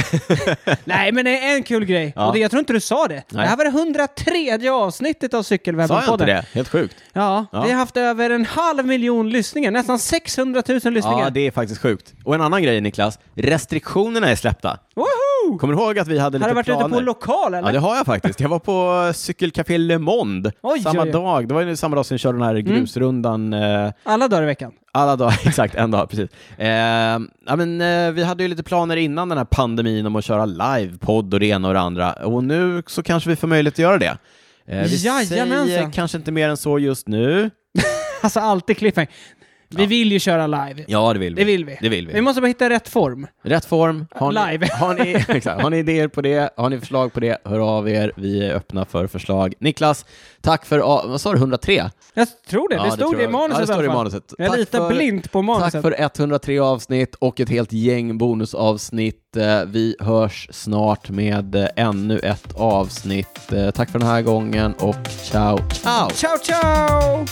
Nej, men det är en kul grej.
Ja.
Och det, jag tror inte du sa det.
Nej.
Det här var det 103 avsnittet av
Sa jag inte
Cykelwebben-podden.
det? Helt sjukt.
Ja,
Ja.
vi har haft över en halv miljon lyssningar. Nästan 600 000 lyssningar.
Ja, det är faktiskt sjukt. Och en annan grej Niklas, restriktionerna är släppta.
Woho!
Kommer du ihåg att vi hade lite
Har du varit
planer?
ute på lokal eller?
Ja, det har jag faktiskt. Jag var på Cykelcafé Le Monde
Oj,
samma
oj, Mm. oj.
dag. Det var ju samma dag som vi körde den här grusrundan eh,
Alla dagar i veckan.
Alla dagar, exakt, en dag, precis. Eh, ja, men, eh, vi hade ju lite planer innan den här pandemin om att köra livepodd och det ena och det andra, och nu så kanske vi får möjlighet att göra det. Eh, vi
Jajamensan.
säger kanske inte mer än så just nu.
Alltså alltid cliffhanger. Vi vill ju köra live.
Ja, det vill vi.
Det vill vi.
Det vill vi.
Vi måste bara hitta rätt form.
Rätt form. Har ni,
Live.
Har ni, exakt, har ni idéer på det? Har ni förslag på det? Hör av er. Vi är öppna för förslag. Niklas, tack för, a- vad sa du, 103?
Jag tror det.
Ja,
det
det
stod
tror
det i
jag.
manuset
Ja, det
i
står
alla
i
fall.
manuset.
Jag
Tack
litar
för-
blint på manuset.
Tack för 103 avsnitt och ett helt gäng bonusavsnitt. Eh, Vi hörs snart med eh, ännu ett avsnitt. Eh, Tack för den här gången och ciao, ciao!
Ciao, ciao!